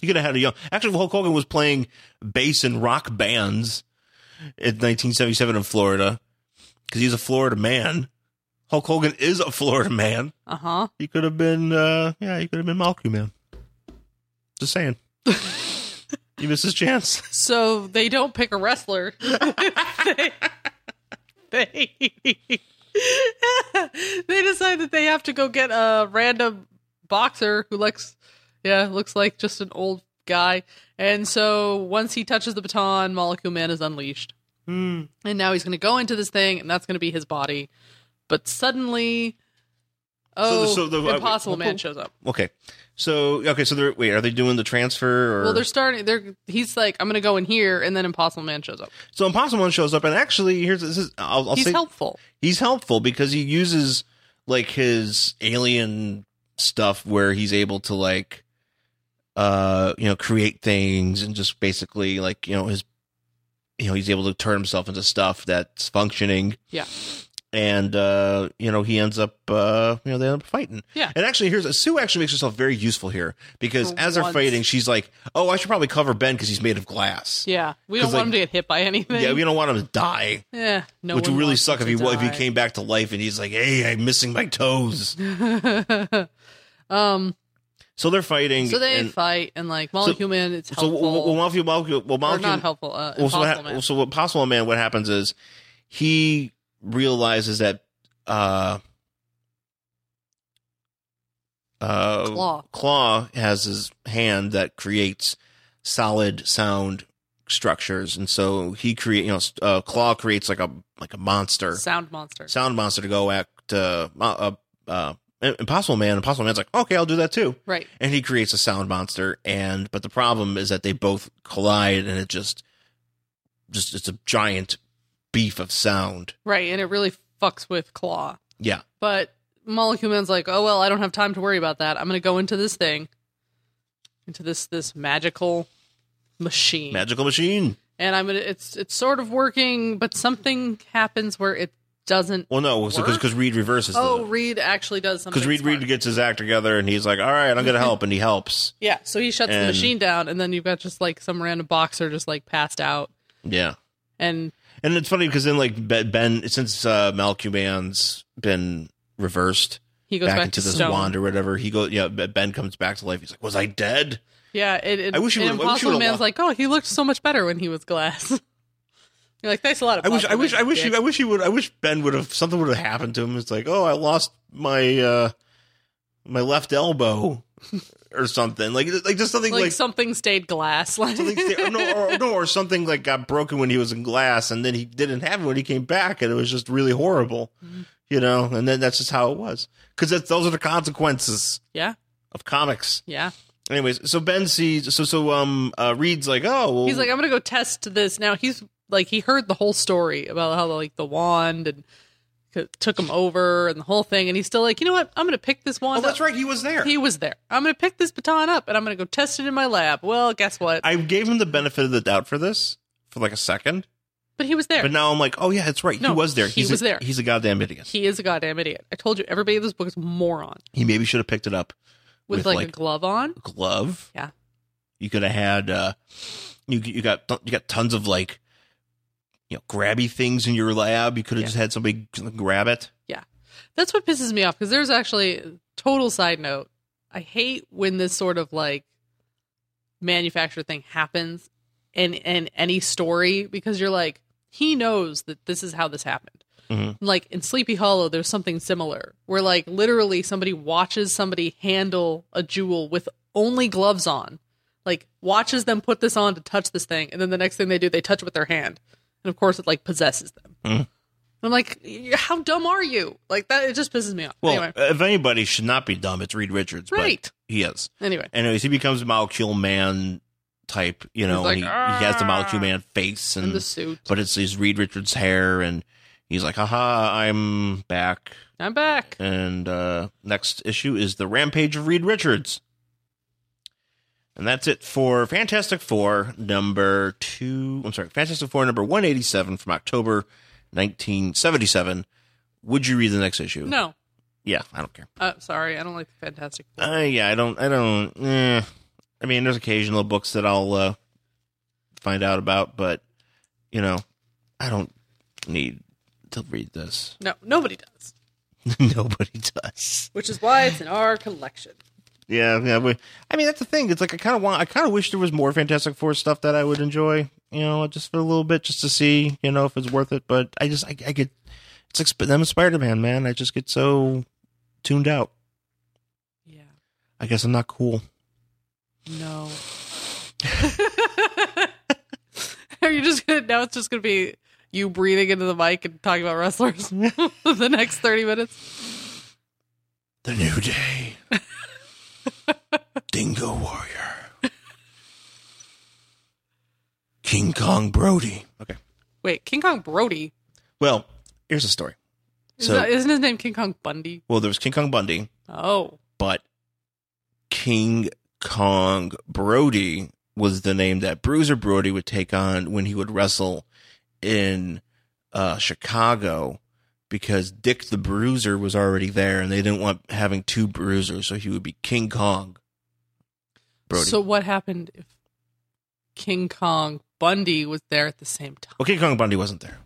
S2: You could have had a young. Actually, Hulk Hogan was playing bass in rock bands in 1977 in Florida because he's a Florida man. Hulk Hogan is a Florida man.
S1: Uh huh.
S2: He could have been, uh, yeah, he could have been Malky Man. Just saying. you missed his chance.
S1: So they don't pick a wrestler. they, they, they decide that they have to go get a random boxer who looks, yeah, looks like just an old guy. And so once he touches the baton, Molecule Man is unleashed.
S2: Hmm.
S1: And now he's going to go into this thing, and that's going to be his body. But suddenly, oh,
S2: so the-
S1: Impossible
S2: uh,
S1: Man shows up.
S2: Okay. So, okay, so they're, wait, are they doing the transfer? Or?
S1: Well, they're starting. They're he's like, I'm going to go in here, and then Impossible Man shows up.
S2: so Impossible Man shows up, and actually, here's this is, I'll, I'll
S1: he's
S2: say,
S1: helpful.
S2: he's helpful because he uses like his alien stuff where he's able to like uh you know create things and just basically like you know his you know he's able to turn himself into stuff that's functioning
S1: Yeah.
S2: and uh you know he ends up uh you know they end up fighting
S1: Yeah.
S2: and actually here's sue actually makes herself very useful here because
S1: For
S2: as they're
S1: once.
S2: fighting she's like oh i should probably cover ben because he's made of glass
S1: Yeah, we don't
S2: 'Cause,
S1: want
S2: like-
S1: him to get hit by anything.
S2: yeah we don't want him to die
S1: Yeah, no.
S2: which
S1: one
S2: would really
S1: wants
S2: suck
S1: him
S2: if he
S1: to
S2: wa- if he
S1: die.
S2: came back to life and he's like, "Hey, I'm missing my toes."
S1: um.
S2: So they're fighting.
S1: So they
S2: and,
S1: fight, and like Molecule Man, it's
S2: so
S1: helpful.
S2: well, well, Mafia, Mafia, well,
S1: or
S2: Mafia,
S1: not helpful. Uh,
S2: well, so, what
S1: Impossible
S2: hap-
S1: Man.
S2: so what possible man? What happens is he realizes that uh, uh,
S1: Claw.
S2: Claw has his hand that creates solid sound structures, and so he create you know uh, Claw creates like a like a monster
S1: Sound monster.
S2: sound monster to go at uh, uh, uh, Impossible Man. Impossible Man's like, okay, I'll do that too,
S1: right.
S2: and he creates a sound monster. And but the problem is that they both collide, and it just, just it's a giant beef of sound.
S1: Right, and it really fucks with Claw.
S2: Yeah,
S1: But Molecule Man's like, oh well, I don't have time to worry about that. I'm gonna go into this thing, into this this magical machine,
S2: magical machine.
S1: and I'm gonna. It's it's sort of working, but something happens where it doesn't.
S2: Well, no, because
S1: Work?
S2: because Reed reverses.
S1: Oh, Reed actually does something.
S2: because Reed
S1: smart.
S2: Reed gets his act together, and he's like, all right, I'm gonna help, and he helps.
S1: Yeah, so he shuts the
S2: And-
S1: machine down, and then you've got just like some random boxer just like passed out,
S2: Yeah.
S1: and
S2: And it's funny because then, like Ben, Ben since uh, Malcuban's been reversed,
S1: he goes
S2: back,
S1: back,
S2: into
S1: to
S2: this
S1: stone.
S2: wand or whatever. He goes, yeah. B- Ben comes back to life. He's like, "Was I dead?"
S1: Yeah, it, it,
S2: I wish he
S1: and
S2: would've- I wish he
S1: Impossible
S2: would've
S1: Man's
S2: lo-
S1: like, oh, he looked so much better when he was glass. You're like, thanks a lot.
S2: I wish, I
S1: Impossible
S2: wish,
S1: Man,
S2: I wish,
S1: dick."
S2: he, I wish he would. I wish Ben would have something would have happened to him. It's like, oh, I lost my uh my left elbow or something. Like, like just something
S1: like,
S2: like.
S1: something stayed glass. Like,
S2: something sta- or no, or, no, or something like got broken when he was in glass, and then he didn't have it when he came back, and it was just really horrible,
S1: Mm-hmm.
S2: you know. And then that's just how it was, because those are the consequences
S1: yeah,
S2: of comics.
S1: yeah.
S2: Anyways, so Ben sees, so so um, uh, Reed's like, oh, well,
S1: He's like, I'm gonna go test this now. He's like, he heard the whole story about how like the wand and c- took him over and the whole thing, and he's still like, you know what? I'm gonna pick this
S2: Oh,
S1: wand.
S2: that's
S1: up.
S2: right. He was there.
S1: He was there. I'm gonna pick this baton up and I'm gonna go test it in my lab. Well, guess what?
S2: I gave him the benefit of the doubt for this for like a second,
S1: but he was there.
S2: but now I'm like, oh yeah, that's right.
S1: No,
S2: he was there.
S1: he
S2: he's
S1: was
S2: a,
S1: there.
S2: He's a goddamn idiot.
S1: he is a goddamn idiot. I told you, everybody in this book is a moron
S2: He maybe should have picked it up
S1: with,
S2: With,
S1: like, a
S2: like-
S1: glove on.
S2: a glove.
S1: Yeah.
S2: You could have had. uh You you got you got tons of like, you know, grabby things in your lab. You could have
S1: Yeah.
S2: just had somebody grab it.
S1: That's what pisses me off because there's actually total side note. I hate when this sort of like manufactured thing happens in in any story because you're like he knows that this is how this happened.
S2: Mhm.
S1: Like in Sleepy Hollow, there's something similar where like literally somebody watches somebody handle a jewel with only gloves on, like watches them put this on to touch this thing, and then the next thing they do, they touch it with their hand, and of course it like possesses them. And I'm like, y- how dumb are you? Like that, it just pisses me off.
S2: Well,
S1: anyway,
S2: if anybody should not be dumb, it's Reed Richards.
S1: Right.
S2: But he is.
S1: anyway,
S2: Anyways, he becomes a molecule man type. You know,
S1: like,
S2: and he, he has the
S1: "Ah."
S2: molecule man face and
S1: in the suit,
S2: but it's his Reed Richards hair, and he's like, "Haha, I'm back."
S1: I'm back.
S2: And uh, next issue is the Rampage of Reed Richards, and that's it for Fantastic Four number two. I'm sorry, Fantastic Four number one eighty seven from October nineteen seventy seven. Would you read the next issue?
S1: No,
S2: Yeah, I don't care.
S1: uh, sorry, I don't like the Fantastic. Four.
S2: Uh, yeah, I don't. I don't. Eh. I mean, there's occasional books that I'll uh, find out about, but you know, I don't need to read this.
S1: No, nobody does.
S2: Nobody does.
S1: Which is why it's in our collection.
S2: Yeah, yeah. We, I mean, that's the thing. It's like I kind of want. I kind of wish there was more Fantastic Four stuff that I would enjoy. You know, just for a little bit, just to see, you know, if it's worth it. But I just, I, I get. It's like Sp- them Spider Man, man. I just get so tuned out.
S1: Yeah.
S2: I guess I'm not cool.
S1: No. Are you just gonna now it's just gonna be you breathing into the mic and talking about wrestlers for the next thirty minutes?
S2: The New Day. Dingo Warrior. King Kong Brody. Okay.
S1: Wait, King Kong Brody.
S2: Well, here's the story.
S1: Is
S2: So-
S1: that, isn't his name King Kong Bundy?
S2: Well, there was King Kong Bundy,
S1: Oh.
S2: but King Kong Brody was the name that Bruiser Brody would take on when he would wrestle in uh, Chicago because Dick the Bruiser was already there and they didn't want having two bruisers, so he would be King Kong Brody.
S1: So what happened if King Kong Bundy was there at the same time?
S2: well, King Kong Bundy wasn't there.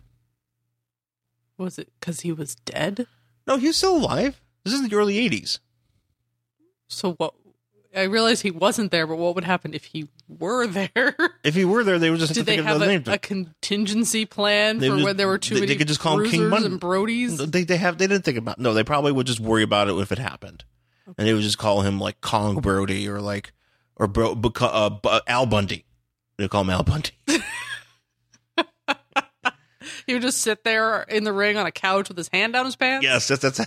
S1: Was it because he was dead?
S2: No, he was still alive. This is the early 80s.
S1: So what? I realize he wasn't there, but what would happen if he were there?
S2: If he were there, they would just have
S1: Did
S2: to
S1: they
S2: think of
S1: have
S2: another
S1: a,
S2: name.
S1: a contingency plan
S2: They
S1: for
S2: would-
S1: when there were too
S2: they- they
S1: many
S2: could just call him King
S1: Bruisers
S2: Bundy.
S1: and Brodies?
S2: they, they have they didn't think about no. They probably would just worry about it if it happened, and they would just call him like Kong Brody or like or Bro Buc- uh, Bu- Al Bundy. They call him Al Bundy.
S1: He would just sit there in the ring on a couch with his hand down his pants.
S2: yes, that's, that's.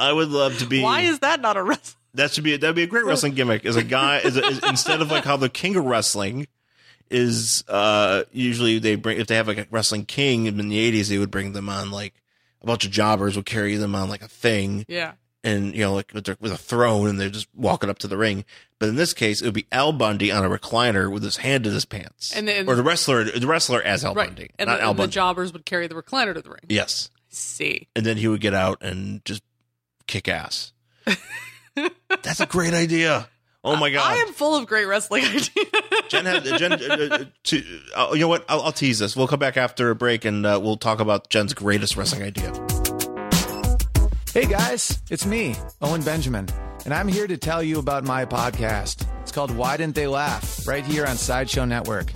S2: I would love to be.
S1: Why is that not a wrestling?
S2: That should be that'd be a great wrestling gimmick. Is a guy is, a, is instead of like how the king of wrestling is uh usually they bring if they have like a wrestling king in the eighties they would bring them on like a bunch of jobbers would carry them on like a thing
S1: Yeah.
S2: and you know like with, their, with a throne and they're just walking up to the ring. But in this case it would be Al Bundy on a recliner with his hand in his pants
S1: And then-
S2: or the wrestler the wrestler as Al
S1: right.
S2: Bundy
S1: and
S2: not
S1: the,
S2: Al
S1: and the
S2: Bundy
S1: jobbers would carry the recliner to the ring.
S2: yes
S1: see.
S2: and then he would get out and just kick ass. That's a great idea. Oh my god!
S1: I am full of great wrestling ideas.
S2: Jen had Jen. Uh, uh, to, uh, you know what? I'll, I'll tease this. We'll come back after a break and uh, we'll talk about Jen's greatest wrestling idea.
S3: Hey guys, it's me, Owen Benjamin, and I'm here to tell you about my podcast. It's called Why Didn't They Laugh, right here on Sideshow Network.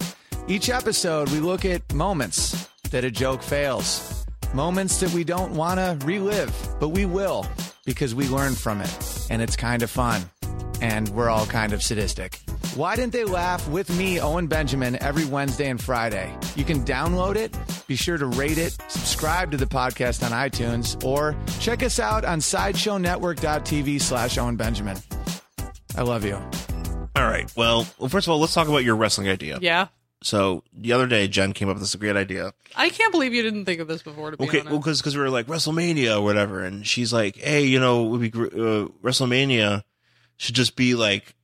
S3: Each episode, we look at moments that a joke fails, moments that we don't want to relive, but we will because we learn from it, and it's kind of fun and we're all kind of sadistic. Why Didn't They Laugh with me, Owen Benjamin, every Wednesday and Friday? You can download it, be sure to rate it, subscribe to the podcast on iTunes, or check us out on sideshownetwork.tv slash Owen Benjamin. I love you.
S2: All right. Well, well, first of all, let's talk about your wrestling idea.
S1: yeah.
S2: So the other day, Jen came up with this great idea.
S1: I can't believe you didn't think of this before, to be
S2: Okay,
S1: honest.
S2: well, because we were like WrestleMania or whatever, and she's like, "Hey, you know, it would be gr- uh, WrestleMania should just be like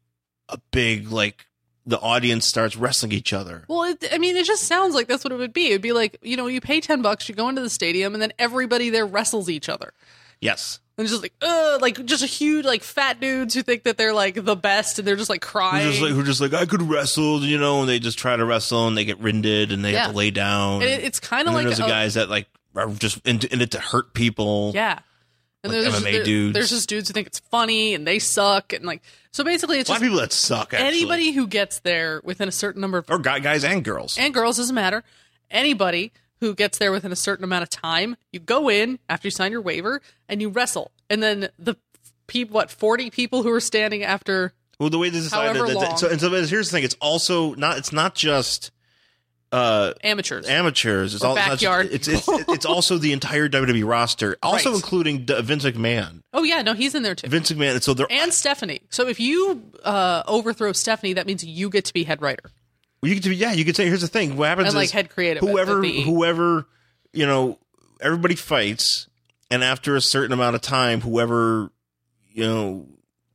S2: a big like the audience starts wrestling each other."
S1: Well, it, I mean, it just sounds like that's what it would be. It'd be like, you know, you pay 10 bucks, you go into the stadium, and then everybody there wrestles each other.
S2: Yes.
S1: And it's just like, ugh, like just a huge, like fat dudes who think that they're like the best and they're just like
S2: Who
S1: crying.
S2: just like who just like I could wrestle, you know, and they just try to wrestle and they get rended and they
S1: Yeah.
S2: have to lay down.
S1: and it, it's kind
S2: and
S1: of
S2: then
S1: like,
S2: there's the
S1: a-
S2: guys that like are just in, in it to hurt people.
S1: yeah. And
S2: like
S1: there's,
S2: MMA
S1: just,
S2: dudes.
S1: there's just dudes who think it's funny and they suck. And like, so basically, it's
S2: a lot of
S1: just
S2: people that suck. Actually.
S1: anybody who gets there within a certain number of
S2: or guy, guys and girls.
S1: and girls doesn't matter. Anybody who gets there within a certain amount of time, you go in after you sign your waiver and you wrestle, and then the people, what forty people who are standing after,
S2: Well, the way they decided
S1: However
S2: that,
S1: long.
S2: that so and so here's the thing: it's also not it's not just uh
S1: amateurs.
S2: amateurs. It's all it's not just-
S1: backyard
S2: It's it's, it's also the entire WWE roster, also
S1: Right.
S2: including D- Vince McMahon.
S1: oh yeah, no, he's in there too,
S2: Vince McMahon. So they're
S1: and Stephanie. So if you uh, overthrow Stephanie, that means you get to be head writer.
S2: Well, you could do, yeah, you could say, here's the thing. What happens
S1: And, like,
S2: is
S1: head creative at
S2: whoever,
S1: the-
S2: whoever, you know, everybody fights, and after a certain amount of time, whoever, you know,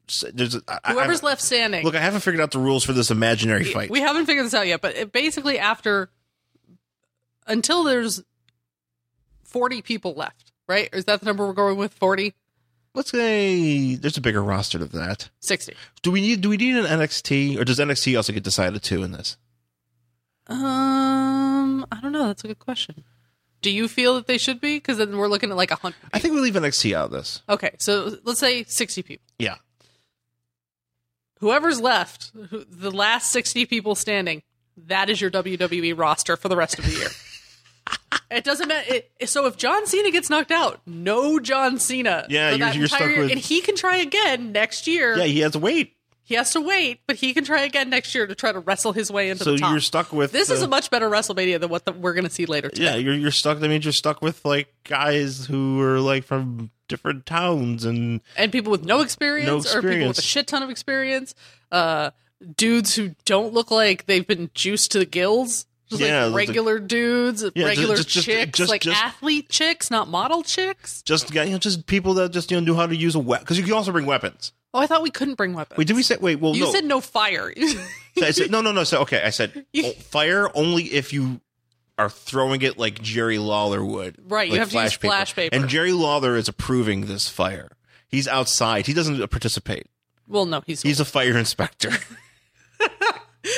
S2: s- there's a, I- I
S1: Whoever's
S2: haven't-
S1: left standing.
S2: Look, I haven't figured out the rules for this imaginary fight.
S1: we haven't figured this out yet, but it basically after until there's forty people left, right? Is that the number we're going with? Forty.
S2: let's say there's a bigger roster to that.
S1: 60.
S2: Do we need do we need an NXT or does NXT also get decided too in this?
S1: Um, I don't know. That's a good question. Do you feel that they should be? Because then we're looking at like a 100.
S2: I think we leave NXT out of this.
S1: Okay, so let's say 60 people.
S2: Yeah.
S1: Whoever's left, who, the last 60 people standing, that is your WWE roster for the rest of the year. it doesn't matter. It, so if John Cena gets knocked out, no John Cena.
S2: Yeah,
S1: for
S2: you're-
S1: that
S2: you're stuck
S1: entire year.
S2: with-
S1: And he can try again next year.
S2: Yeah, he has to wait.
S1: He has to wait, but he can try again next year to try to wrestle his way into
S2: So
S1: the top.
S2: you're stuck with
S1: This is
S2: the-
S1: a much better WrestleMania than what the, we're going to see later
S2: Yeah,
S1: today.
S2: you're you're stuck. That means you're stuck with like guys who are like from different towns and
S1: And people with no experience,
S2: No
S1: or people with
S2: experience.
S1: a shit ton of experience, uh, dudes who don't look like they've been juiced to the gills. Just
S2: Yeah,
S1: like
S2: the-
S1: regular dudes,
S2: ju-
S1: regular
S2: just- just-
S1: chicks,
S2: just-
S1: like
S2: just-
S1: athlete chicks, not model chicks.
S2: just you know, just people that just you know knew how to use a weapon because you can also bring weapons.
S1: Oh, I thought we couldn't bring weapons.
S2: Wait, did we say wait? Well,
S1: You
S2: no.
S1: said no fire.
S2: I said, no, no, no. So okay, I said
S1: You-
S2: oh, fire only if you are throwing it like Jerry Lawler would.
S1: Right, you
S2: like
S1: have to use flash paper.
S2: And Jerry Lawler is approving this fire. He's outside. He doesn't participate.
S1: well, no, he's,
S2: He's a fire inspector.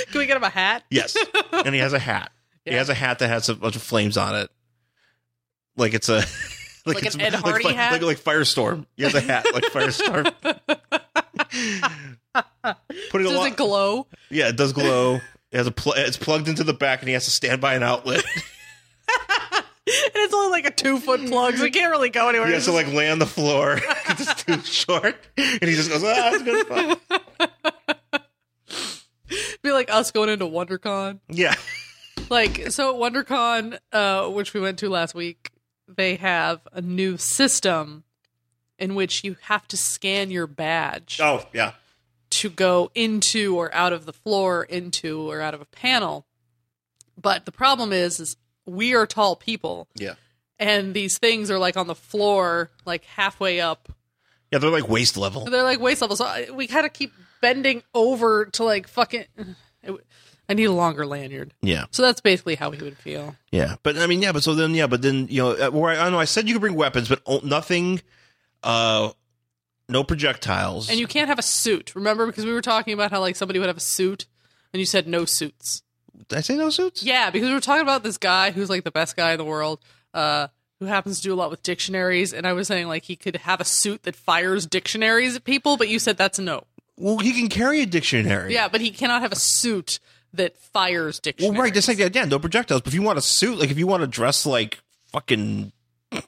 S1: Can we get him a hat?
S2: yes, and he has a hat. He
S1: Yeah.
S2: has a hat that has a bunch of flames on it, like it's a
S1: Like
S2: it's
S1: an Ed Hardy
S2: like, fi-
S1: hat?
S2: like, like firestorm. He has a hat like firestorm. Put it a
S1: Does
S2: lot-
S1: it glow?
S2: Yeah, it does glow. It has a pl- it's plugged into the back, and he has to stand by an outlet.
S1: And it's only like a two foot plug, so it can't really go anywhere.
S2: He has to like lay on the floor because it's too short, and he just goes, "Ah, it's gonna fall."
S1: be like us going into WonderCon.
S2: Yeah,
S1: Like, so at WonderCon, uh, which we went to last week, they have a new system in which you have to scan your badge
S2: oh yeah,
S1: to go into or out of the floor, into or out of a panel. But the problem is, is we are tall people,
S2: yeah,
S1: and these things are like on the floor, like halfway up
S2: yeah. They're like waist level.
S1: They're like waist level, so I, we kind of keep bending over to like fucking. it- I need a longer lanyard.
S2: Yeah,
S1: So that's basically how we would feel.
S2: yeah. But I mean, yeah. But so then, yeah. But then, you know, uh, where I, I know I said you could bring weapons, but o- nothing, uh, no projectiles.
S1: And you can't have a suit, remember? Because we were talking about how like somebody would have a suit, and you said no suits.
S2: Did I say no suits?
S1: Yeah, because we were talking about this guy who's like the best guy in the world, uh, who happens to do a lot with dictionaries. And I was saying like he could have a suit that fires dictionaries at people, but you said that's a no.
S2: Well, he can carry a dictionary.
S1: Yeah, but he cannot have a suit that fires
S2: Well,
S1: dictionaries.
S2: right. That's like yeah, no projectiles. But if you want a suit, like if you want to dress like fucking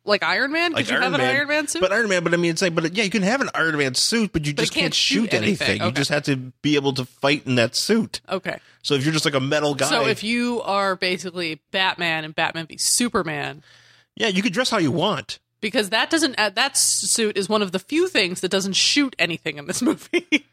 S1: like Iron Man.
S2: like
S1: Could you have an Iron Man suit?
S2: But Iron Man, but I mean, it's like, but yeah, you can have an Iron Man suit, but you
S1: it
S2: just
S1: can't
S2: can't,
S1: shoot
S2: shoot anything.
S1: anything.
S2: You
S1: Okay.
S2: just have to be able to fight in that suit.
S1: okay.
S2: So if you're just like a metal guy,
S1: So if you are basically Batman and Batman v Superman,
S2: yeah, you could dress how you want.
S1: because that doesn't uh, that s- suit is one of the few things that doesn't shoot anything in this movie.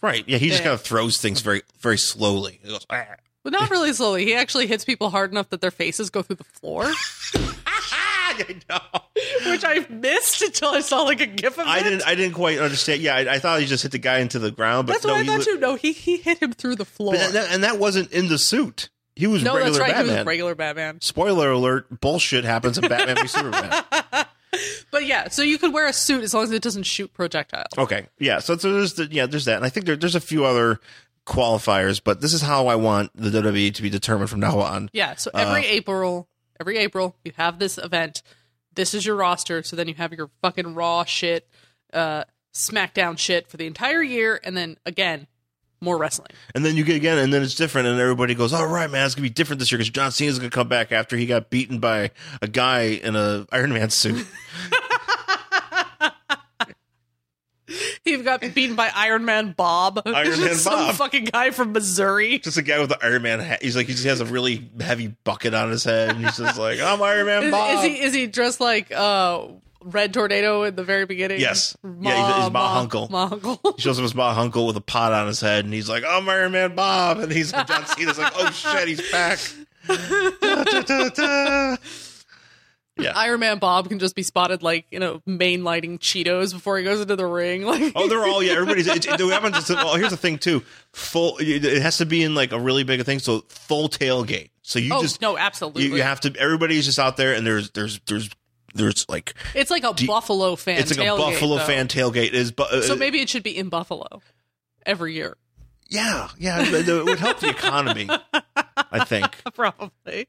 S2: Right. Yeah, he just
S1: Yeah.
S2: kind of throws things very, very slowly. He goes, "Ah."
S1: but not really slowly. He actually hits people hard enough that their faces go through the floor, Ah,
S2: I know.
S1: which I missed until I saw like a gif of
S2: I
S1: it.
S2: didn't. I didn't quite understand. Yeah, I, I thought he just hit the guy into the ground, but
S1: That's
S2: no,
S1: what I
S2: he
S1: thought
S2: was-
S1: too. No, he he hit him through the floor.
S2: But that, that- and that wasn't in the suit. He was
S1: no,
S2: regular
S1: that's right.
S2: Batman.
S1: He was regular Batman.
S2: Spoiler alert: bullshit happens in Batman v Superman.
S1: But yeah, so you could wear a suit as long as it doesn't shoot projectiles.
S2: Okay. Yeah. So, so there's the, yeah, there's that. And I think there, there's a few other qualifiers, but this is how I want the WWE to be determined from now on.
S1: Yeah. So every April, every April, you have this event. This is your roster. So then you have your fucking Raw shit, uh, SmackDown shit for the entire year, and then again, more wrestling.
S2: And then you get again, and then it's different, and everybody goes, all right, man, it's going to be different this year because John Cena's going to come back after he got beaten by a guy in a Iron Man suit.
S1: He got beaten by Iron Man Bob,
S2: Iron Man
S1: some
S2: Bob.
S1: fucking guy from Missouri.
S2: just a guy with the Iron Man hat. He's like, he just has a really heavy bucket on his head, and he's just like, I'm Iron Man
S1: Is,
S2: Bob.
S1: is he is he dressed like uh, Red Tornado in the very beginning?
S2: Yes. Yeah, he's- he's my uncle.
S1: My uncle.
S2: He shows up his mom uncle with a pot on his head, and he's like, "I'm Iron Man Bob," and he's John Cena's like, "Oh shit, he's back!" Da, da, da, da.
S1: Iron Man Bob can just be spotted like you know main lighting Cheetos before he goes into the ring. Like
S2: Oh, they're all yeah. Everybody's it, it, what happens is well, here's the thing too. Full, it has to be in like a really big thing. So full tailgate. So you
S1: Oh,
S2: just
S1: no, absolutely.
S2: you, you have to. Everybody's just out there, and there's there's there's there's like
S1: It's like a
S2: Do-
S1: Buffalo fan.
S2: it's like a
S1: tailgate,
S2: Buffalo
S1: though.
S2: fan tailgate is, but uh,
S1: So maybe it should be in Buffalo every year,
S2: yeah, yeah, it it would help the economy, I think,
S1: probably.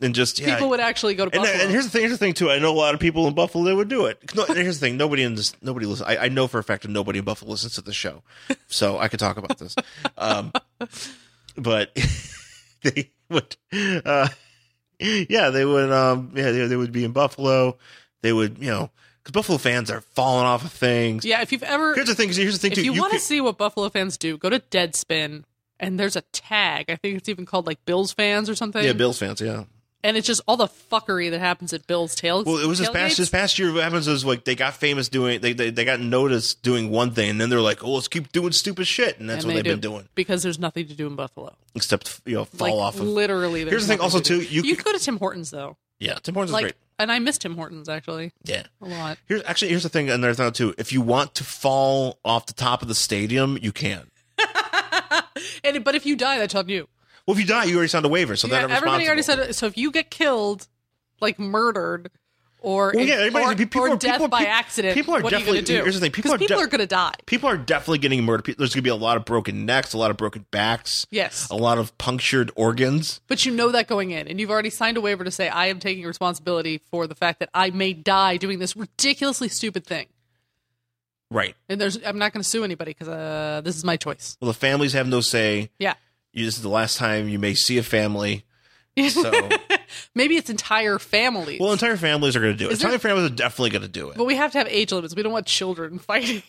S2: and just yeah,
S1: People would actually go to
S2: And,
S1: Buffalo.
S2: and here's the thing. Here's the thing too. I know a lot of people in Buffalo that would do it. No, here's the thing. Nobody in this. Nobody listens. I, I know for a fact that nobody in Buffalo listens to the show, so I could talk about this. Um, but they would. Uh, yeah, they would. Um, yeah, they, they would be in Buffalo. They would, you know, because Buffalo fans are falling off of things.
S1: yeah, if you've ever,
S2: Here's the thing. Here's the thing
S1: if
S2: too.
S1: you, want to
S2: could-
S1: see what Buffalo fans do, go to Deadspin, and there's a tag. I think it's even called like Bills fans or something.
S2: yeah, Bills fans. Yeah.
S1: and it's just all the fuckery that happens at Bill's tail.
S2: Well, it was this past
S1: tailgates.
S2: this past year. What happens is like they got famous doing they they, they got noticed doing one thing, and then they're like, oh, let's keep doing stupid shit, and that's
S1: And
S2: what
S1: they
S2: they've been
S1: do,
S2: doing.
S1: because there's nothing to do in Buffalo.
S2: Except you know,
S1: like,
S2: fall off. Of,
S1: Literally, there's
S2: Here's the thing
S1: nothing
S2: also,
S1: to do.
S2: too, you
S1: you
S2: c-
S1: could go to Tim Hortons though,
S2: yeah, Tim Hortons
S1: like,
S2: is great.
S1: and I miss Tim Hortons actually
S2: Yeah.
S1: a lot.
S2: Here's actually here's the thing. Another thing too. If you want to fall off the top of the stadium, you can.
S1: And but if you die, that's on you.
S2: Well, if you die, you already signed a waiver, so
S1: Yeah,
S2: that
S1: everybody already said it. So if you get killed, like murdered, or
S2: Well, yeah, everybody's-
S1: or,
S2: people
S1: or
S2: are-
S1: death
S2: people are-
S1: by
S2: people-
S1: accident,
S2: people are
S1: what
S2: definitely-
S1: Are you gonna do?
S2: here's the thing, people
S1: 'Cause
S2: are
S1: people
S2: def-
S1: are gonna die.
S2: People are definitely getting murdered. Pe- There's going to be a lot of broken necks, a lot of broken backs,
S1: Yes,
S2: a lot of punctured organs.
S1: but you know that going in, and you've already signed a waiver to say I am taking responsibility for the fact that I may die doing this ridiculously stupid thing.
S2: Right.
S1: And there's, I'm not going to sue anybody because uh, this is my choice.
S2: Well, the families have no say.
S1: Yeah,
S2: You, this is the last time you may see a family. So.
S1: maybe it's entire families.
S2: Well, entire families are going to do it.
S1: Is
S2: entire
S1: there-
S2: families are definitely going to do it.
S1: but we have to have age limits. We don't want children fighting.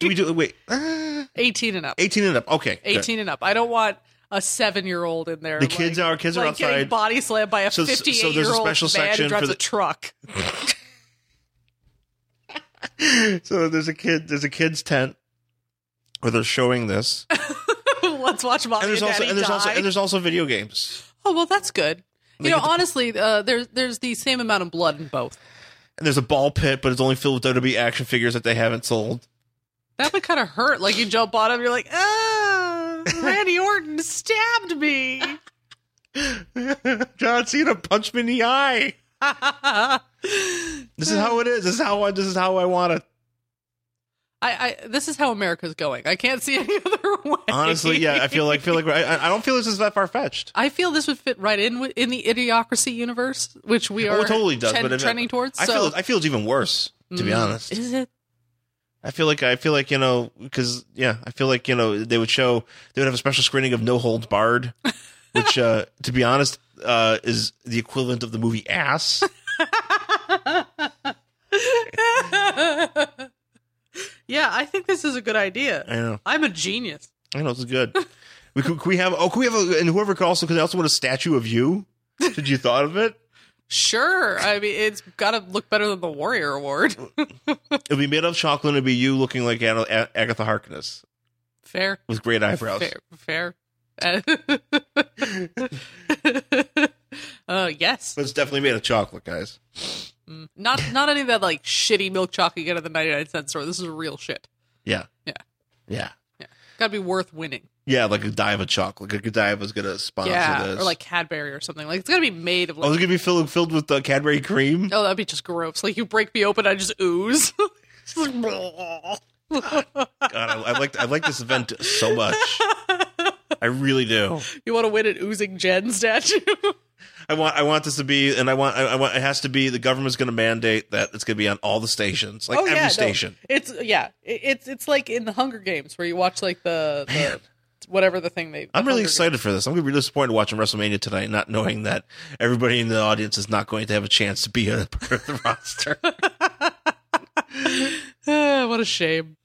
S2: do we do it? Wait, uh,
S1: 18 and up.
S2: 18 and up. Okay. good.
S1: 18 and up. I I don't want a seven year old in there.
S2: The kids
S1: like-
S2: are- kids are
S1: like Getting
S2: outside.
S1: body slammed by a
S2: So- so there's a
S1: 58 year old
S2: special
S1: man
S2: section
S1: who
S2: for
S1: drives
S2: the-
S1: a truck.
S2: So there's a kid. There's a kid's tent where they're showing this, and
S1: Let's watch mommy and,
S2: there's also
S1: daddy
S2: and there's
S1: die.
S2: also and there's also video games,
S1: oh well, that's good. You know,
S2: get to-
S1: honestly, uh, there's there's the same amount of blood in both.
S2: and there's a ball pit, but it's only filled with WWE action figures that they haven't sold.
S1: That would kind of hurt. Like you jump on him, you're like, ah, Randy Orton stabbed me.
S2: John Cena punched me in the eye.
S1: I,
S2: This is how it is. This is how I. This is how I want it.
S1: I this is how America's going. I can't see any other way.
S2: Honestly, yeah. I feel like feel like I- I, I don't feel this is that far fetched.
S1: I feel this would fit right in wi- in the idiocracy universe, which we are
S2: Oh, it totally does.
S1: ten-
S2: but I mean,
S1: trending towards.
S2: I
S1: so,
S2: feel. I feel it's even worse. To be
S1: Mm,
S2: honest,
S1: is it?
S2: I feel like I feel like you know because yeah, I feel like you know they would show they would have a special screening of No Holds Barred, which uh, to be honest uh, is the equivalent of the movie Ass.
S1: yeah, I think this is a good idea.
S2: I know,
S1: I'm a genius.
S2: I know, it's good. We could, could we have oh could we have a, and whoever could also could they also want a statue of you. Did you thought of it?
S1: Sure, I mean it's got to look better than the Warrior Award.
S2: It'd be made of chocolate. and It'd be you looking like Ana- A- Agatha Harkness
S1: Fair,
S2: with great eyebrows.
S1: fair, fair. uh, yes,
S2: But it's definitely made of chocolate, guys.
S1: not not any of that like shitty milk chocolate you get at the 99 cent store. This is real shit.
S2: Yeah,
S1: Yeah.
S2: yeah,
S1: Got to be worth winning.
S2: yeah. Like a Godiva chocolate. Like Godiva's gonna sponsor
S1: yeah,
S2: this. Oh,
S1: or like Cadbury or something. Like it's got to be made of
S2: I was
S1: like.
S2: gonna be filled filled with uh, Cadbury cream.
S1: Oh, that'd be just gross. Like you break me open, I just ooze. Just like,
S2: God, I, I like I like this event so much. I really do.
S1: You want to win an oozing Jen statue?
S2: I want I want this to be, and I want I, I want it has to be. The government's going to mandate that it's going to be on all the stations, like every
S1: Oh, no.
S2: station.
S1: It's yeah. It- It's it's like in the Hunger Games where you watch like the, the
S2: Man.
S1: whatever the thing they.
S2: I'm
S1: the
S2: really
S1: Hunger
S2: excited for this. I'm going to be disappointed watching WrestleMania tonight, not knowing that everybody in the audience is not going to have a chance to be a part of the roster.
S1: Games. Ah, what a shame.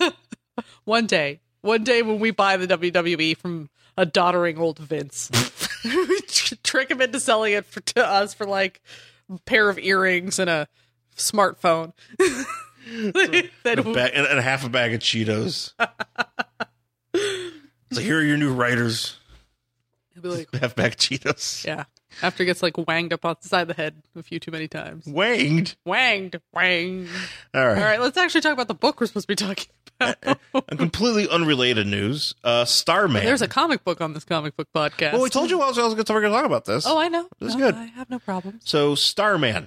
S1: one day, one day when we buy the WWE from a doddering old Vince, trick him into selling it for, to us for like a pair of earrings and a smartphone. then
S2: and, a bag, and, and half a bag of Cheetos. so here are your new writers.
S1: he'll be like,
S2: Half bag of Cheetos.
S1: yeah. After he gets like wanged up on the side of the head a few too many times.
S2: Wanged.
S1: Wanged, wanged.
S2: All right.
S1: All right, let's actually talk about the book we're supposed to be talking about.
S2: On completely unrelated news, uh, Starman.
S1: There's a comic book on this comic book podcast.
S2: Well, we told you I was, I was going to talk about this.
S1: oh, I know.
S2: This is
S1: No,
S2: good.
S1: I have no problems.
S2: so Starman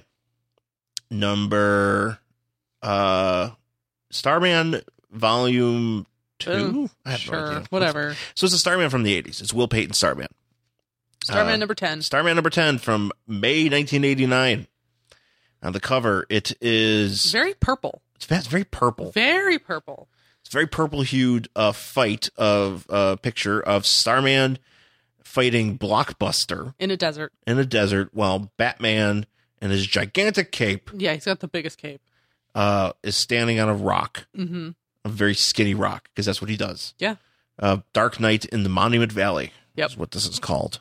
S2: number uh Starman Volume Two.
S1: Ooh,
S2: I have no
S1: sure,
S2: idea.
S1: whatever.
S2: So it's a Starman from the eighties. It's Will Payton Starman.
S1: Starman
S2: Uh,
S1: number ten.
S2: Starman number ten from May nineteen eighty nine. On the cover, it is
S1: Very purple.
S2: it's that's very purple.
S1: Very purple.
S2: It's very purple hued uh, fight of uh, picture of Starman fighting Blockbuster
S1: In a desert.
S2: in a desert while Batman and his gigantic cape
S1: Yeah, he's got the biggest cape.
S2: uh, is standing on a rock,
S1: Mm-hmm.
S2: a very skinny rock, because that's what he does.
S1: Yeah.
S2: Uh, Dark Knight in the Monument Valley
S1: Yep.
S2: is what this is called.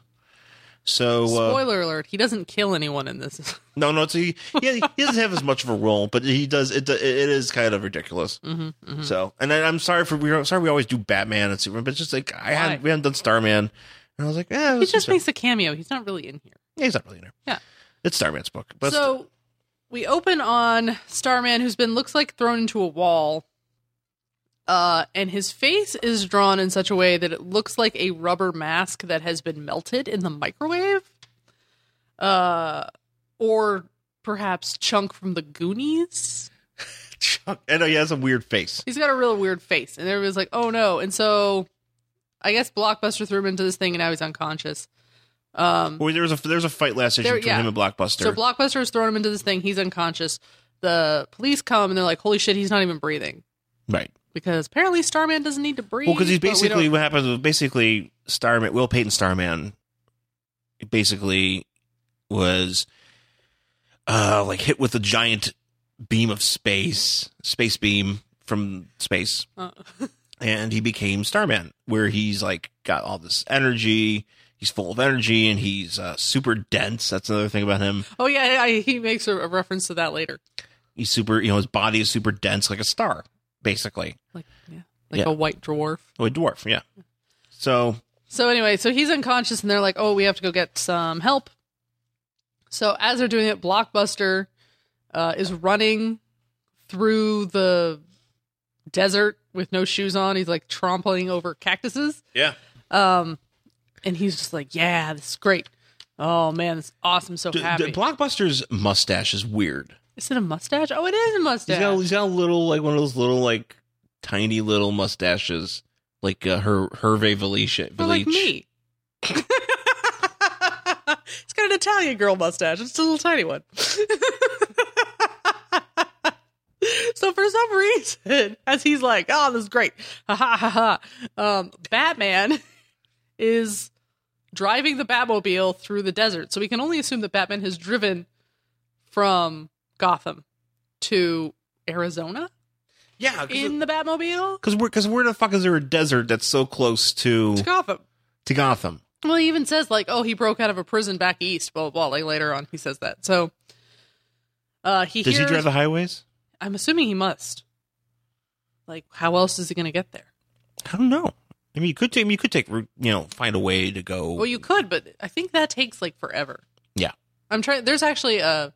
S2: So uh,
S1: Spoiler alert, he doesn't kill anyone in this.
S2: no, no, it's, he, he he doesn't have as much of a role, but he does. It it is kind of ridiculous.
S1: hmm hmm
S2: So, and then I'm sorry for we are sorry we always do Batman and Superman, but it's just like I hadn't
S1: Why?
S2: we hadn't done Starman, and I was like, eh,
S1: He
S2: let's do
S1: just
S2: Starman.
S1: makes a cameo. He's not really in here.
S2: Yeah, he's not really in there.
S1: Yeah.
S2: it's Starman's book. But it's-
S1: so we open on Starman, who's been looks like thrown into a wall, uh, and his face is drawn in such a way that it looks like a rubber mask that has been melted in the microwave, uh, or perhaps Chunk from the Goonies.
S2: Chuck, I know he has a weird face.
S1: He's got a real weird face, and everybody's like, "Oh no!" And so, I guess Blockbuster threw him into this thing, and now he's unconscious. Um,
S2: Well, there was a there's a fight last issue
S1: There-
S2: between
S1: yeah.
S2: him and Blockbuster.
S1: So Blockbuster has thrown him into this thing. He's unconscious. The police come and they're like, "Holy shit, he's not even breathing."
S2: right.
S1: Because apparently Starman doesn't need to breathe.
S2: Well, because he's
S1: but we
S2: basically
S1: don't-
S2: what happens was basically Starman, Will Payton Starman, basically was uh like hit with a giant beam of space, space beam from space,
S1: Uh,
S2: and he became Starman, where he's like got all this energy. He's full of energy and he's uh, super dense. That's another thing about him.
S1: oh yeah, yeah, he makes a, a reference to that later,
S2: He's super, you know, his body is super dense, like a star, basically,
S1: like yeah, like
S2: Yeah.
S1: a white dwarf.
S2: oh, a dwarf. Yeah. So
S1: So anyway, so he's unconscious and they're like, "Oh, we have to go get some help." So as they're doing it, Blockbuster uh, is running through the desert with no shoes on. He's like trampling over cactuses.
S2: yeah,
S1: Um, and he's just like, "Yeah, this is great. Oh man, this is awesome. So
S2: D-
S1: happy."
S2: d- Blockbuster's mustache is weird.
S1: is it a mustache? Oh, it is a mustache.
S2: He's got he's got a little like one of those little like tiny little mustaches, like uh, her Hervé Villech.
S1: But like
S2: Villech.
S1: me. it's got an Italian girl mustache. It's a little tiny one. so for some reason, as he's like, "Oh, this is great," ha ha ha ha. Um, Batman is driving the Batmobile through the desert, so we can only assume that Batman has driven from Gotham to Arizona
S2: Yeah, because
S1: in the Batmobile
S2: we're because where the fuck is there a desert that's so close to
S1: to Gotham.
S2: to Gotham?
S1: Well, he even says like, "Oh, he broke out of a prison back east." Blah blah. blah. Like later on, he says that. So, uh, he
S2: Does he
S1: hears-
S2: drive the highways?
S1: I'm assuming he must. Like, how else is he going to get there?
S2: I don't know. I mean, you could take I mean, you could take route- you know find a way to go.
S1: Well, you could, but I think that takes like forever.
S2: Yeah.
S1: I'm trying. There's actually a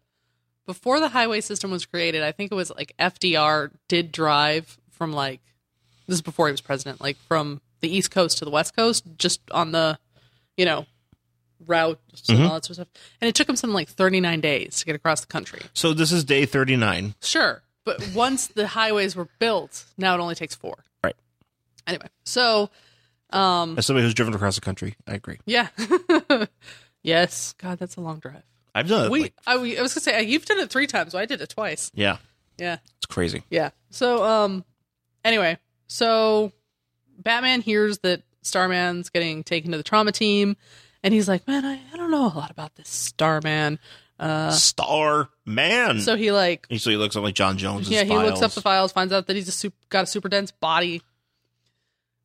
S1: before the highway system was created. I think it was like FDR did drive from like this is before he was president, like from the East Coast to the West Coast, just on the you know route and
S2: Mm-hmm.
S1: all that sort of stuff. And it took him something like 39 days to get across the country.
S2: so this is day thirty nine.
S1: Sure. But once the highways were built, now it only takes four.
S2: Right.
S1: Anyway, so um
S2: As somebody who's driven across the country, I agree.
S1: yeah. yes. God, that's a long drive.
S2: I've done it.
S1: We,
S2: like-
S1: I, we- I was gonna say you've done it three times. Well, I did it twice.
S2: yeah,
S1: Yeah.
S2: it's crazy.
S1: Yeah. So um, anyway, so Batman hears that Starman's getting taken to the trauma team, and he's like, "Man, I, I don't know a lot about this Starman." Uh,
S2: Star man.
S1: so he like
S2: And so he looks up like John Jones.
S1: yeah he looks up the files, finds out that he's a super, got a super dense body.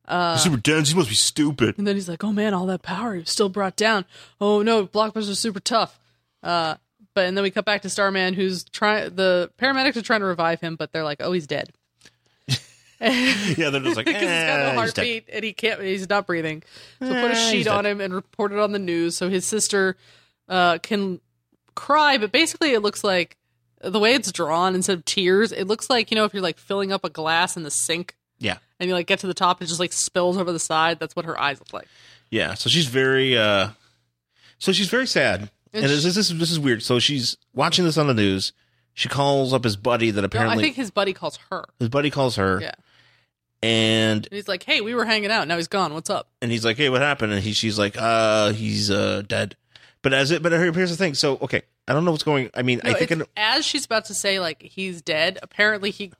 S1: Uh,
S2: super dense. He must be stupid.
S1: And then he's like, "Oh man, all that power he was still brought down. Oh no, Blockbuster's super tough." Uh, but and then we cut back to Starman, who's trying. The paramedics are trying to revive him, but they're like, "Oh, he's dead."
S2: Yeah, they're just like,
S1: because he's got
S2: "Eh,
S1: no
S2: he's dead."
S1: heartbeat and he can't he's not breathing so put
S2: Eh,
S1: a
S2: he's
S1: sheet
S2: dead.
S1: on him and report it on the news so his sister uh, can cry but basically it looks like the way it's drawn instead of tears it looks like you know if you're like filling up a glass in the sink
S2: Yeah.
S1: and you like get to the top it just like spills over the side that's what her eyes look like
S2: Yeah, so she's very uh so she's very sad. And
S1: It's-
S2: this is this is weird. So she's watching this on the news. She calls up his buddy that
S1: No, I
S2: apparently
S1: think his buddy calls her.
S2: his buddy calls her.
S1: Yeah.
S2: And
S1: And he's like, hey, we were hanging out. Now he's gone. What's up?
S2: and he's like, "Hey, what happened?" And he she's like, "Uh, he's uh dead." But as it but here- here's the thing. So, okay, I don't know what's going I mean,
S1: No,
S2: I think I
S1: it's-
S2: know-
S1: as she's about to say, like, he's dead, apparently he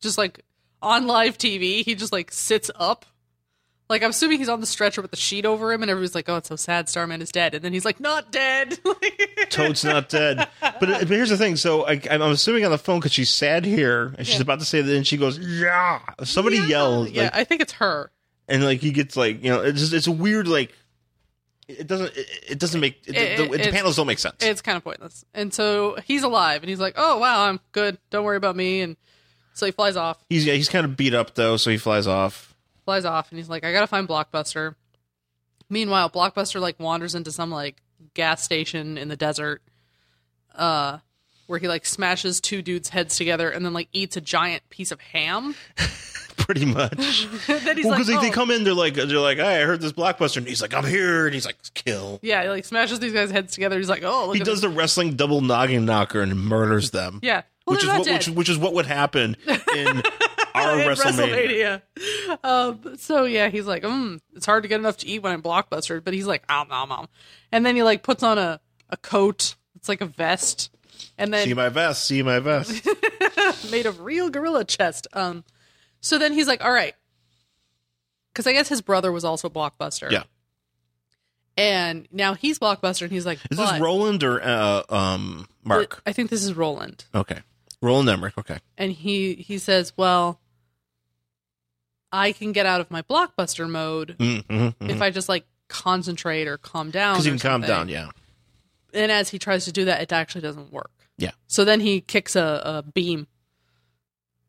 S1: just, like, on live TV, he just, like, sits up. Like, I'm assuming he's on the stretcher with the sheet over him, and everybody's like, oh, it's so sad. Starman is dead. And then he's like, not dead.
S2: Toad's not dead. But, uh, but here's the thing. So I, I'm assuming on the phone because she's sad here, and she's
S1: Yeah.
S2: about to say that, and she goes, "Yeah!" Somebody yells,
S1: Yeah,
S2: like,
S1: I think it's her.
S2: and like he gets like you know, it's just it's a weird like. It doesn't. It, it doesn't make it,
S1: It-
S2: the,
S1: it-
S2: the
S1: it's-
S2: panels don't make sense.
S1: It's kind of pointless. And so he's alive, and he's like, oh, wow, I'm good. Don't worry about me. And so he flies off.
S2: He's yeah, he's kind of beat up though, so he flies off.
S1: flies off and he's like, I gotta find Blockbuster. Meanwhile, Blockbuster like wanders into some like gas station in the desert, uh, where he like smashes two dudes' heads together and then like eats a giant piece of ham.
S2: Pretty much.
S1: then he's like,
S2: well, because they,
S1: "Oh."
S2: they come in, they're like, they're like, hey, I heard this blockbuster, and he's like, I'm here, and he's like, kill.
S1: yeah, he like smashes these guys' heads together. He's like, oh, look
S2: He
S1: at
S2: does
S1: this."
S2: the wrestling double noggin knocker and murders them.
S1: Yeah, well,
S2: which is
S1: they're not
S2: what which,
S1: dead.
S2: which is what would happen in our
S1: In
S2: WrestleMania.
S1: WrestleMania. Um, so yeah, he's like, mm, it's hard to get enough to eat when I'm blockbuster, but he's like, om nom nom, and then he like puts on a a coat. It's like a vest, and then
S2: See my vest. See my vest.
S1: made of real gorilla chest. Um, so then he's like, all right, because I guess his brother was also Blockbuster.
S2: Yeah.
S1: and now he's Blockbuster, and he's like,
S2: Is this
S1: but-
S2: Roland or uh, um Mark?
S1: I think this is Roland,
S2: okay, Roland Emmerich. Okay,
S1: and he he says, well, I can get out of my Blockbuster mode
S2: because
S1: if I just like concentrate or calm down.
S2: Mm-hmm. you
S1: or
S2: can calm
S1: something."
S2: down. Yeah,
S1: And as he tries to do that, it actually doesn't work.
S2: Yeah.
S1: So then he kicks a, a beam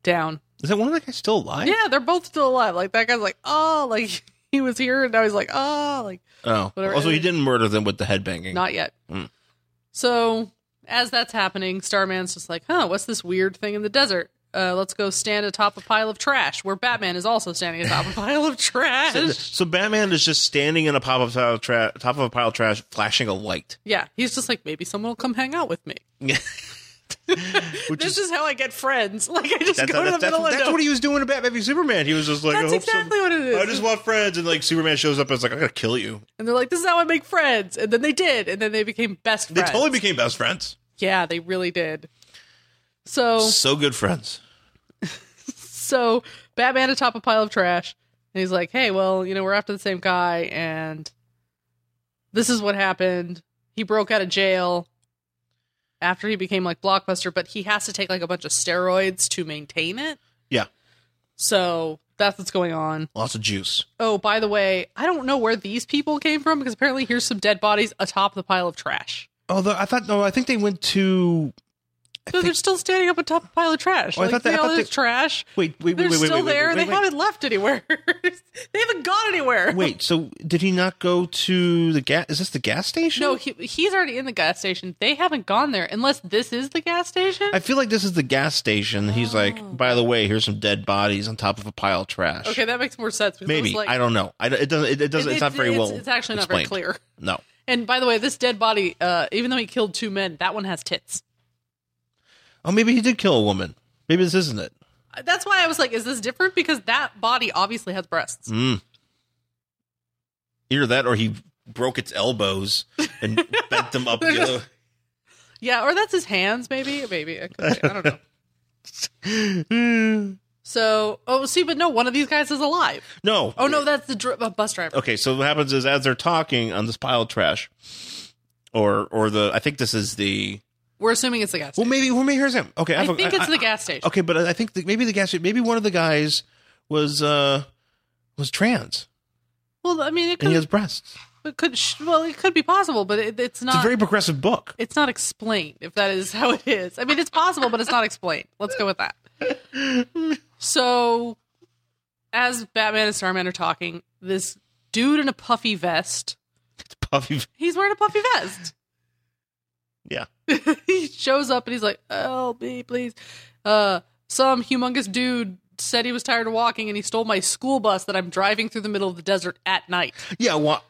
S1: down
S2: is that one of the guys still alive?
S1: Yeah, they're both still alive. Like that guy's like, oh, like he was here, and now he's like, oh, like
S2: Oh,
S1: Whatever.
S2: also he didn't murder them with the headbanging.
S1: not yet.
S2: Mm.
S1: So as that's happening, Starman's just like, huh, what's this weird thing in the desert? Uh, let's go stand atop a pile of trash, where Batman is also standing atop a pile of
S2: so,
S1: trash.
S2: so Batman is just standing in a pop of pile of tra- top of a pile of trash, flashing a light.
S1: Yeah, he's just like, maybe someone will come hang out with me.
S2: Which
S1: This
S2: is
S1: is how I get friends. Like I just
S2: that's,
S1: go to the
S2: that's,
S1: middle
S2: that's,
S1: window.
S2: that's what he was doing to Batman v Superman. He was just like,
S1: That's
S2: I hope some-
S1: exactly what it is.
S2: I just want friends, and like Superman shows up and is like, I'm gonna kill you.
S1: and they're like, this is how I make friends. And then they did, and then they became best
S2: They
S1: friends.
S2: totally became best friends.
S1: yeah, they really did. So
S2: So good friends.
S1: So Batman atop a pile of trash, and he's like, "Hey, well, you know, we're after the same guy, and this is what happened. He broke out of jail after he became like Blockbuster, but he has to take like a bunch of steroids to maintain it.
S2: Yeah,
S1: So that's what's going on.
S2: lots of juice.
S1: Oh, by the way, I don't know where these people came from because apparently here's some dead bodies atop the pile of trash.
S2: Although I thought no, I think they went to
S1: No, they're still standing up atop a pile of trash.
S2: Oh, I
S1: like,
S2: thought they-
S1: see
S2: I
S1: all
S2: thought
S1: this
S2: they-
S1: trash.
S2: wait wait
S1: They're
S2: wait wait wait,
S1: still
S2: wait,
S1: there.
S2: Wait,
S1: they
S2: wait,
S1: haven't left anywhere. they haven't gone anywhere.
S2: Wait, so did he not go to the gas? Is this the gas station?
S1: No, he, he's already in the gas station. They haven't gone there unless this is the gas station.
S2: I feel like this is the gas station. He's like, by the way, here's some dead bodies on top of a pile of trash.
S1: Oh. okay, that makes more sense. because it was
S2: maybe
S1: like-
S2: I don't know. I don't- it doesn't. It, it doesn't.
S1: it-
S2: it's not very well.
S1: It's, actually not
S2: explained.
S1: very clear.
S2: No.
S1: And by the way, this dead body, uh, even though he killed two men, that one has tits.
S2: Oh, maybe he did kill a woman. Maybe this isn't it.
S1: That's why I was like, "Is this different?" Because that body obviously has breasts.
S2: Mm. Either that, or he broke its elbows and bent them up. the other-
S1: Yeah, or that's his hands, maybe. Maybe I, could say. I don't know. So, oh, see, but no, one of these guys is alive.
S2: no.
S1: Oh no, that's the dri- uh, bus driver.
S2: okay so what happens is as they're talking on this pile of trash or or the i think this is the
S1: We're assuming it's the gas.
S2: well
S1: Station.
S2: maybe well maybe here's him okay
S1: I
S2: have a-
S1: think
S2: I-
S1: it's
S2: I-
S1: the gas station.
S2: okay but i think that maybe the gas maybe one of the guys was uh was trans
S1: Well, I mean, it
S2: and he
S1: could,
S2: has breasts
S1: it could, sh- well, it could be possible, but it, it's
S2: it's a
S1: not.
S2: very progressive book
S1: it's not explained if that is how it is. I mean, it's possible, but it's not explained. Let's go with that. So, as Batman and Starman are talking, this dude in a puffy vest,
S2: it's puffy
S1: he's wearing a puffy vest.
S2: yeah
S1: he shows up and he's like, "Help me, please." Uh, some humongous dude said he was tired of walking and he stole my school bus that I'm driving through the middle of the desert at night.
S2: yeah well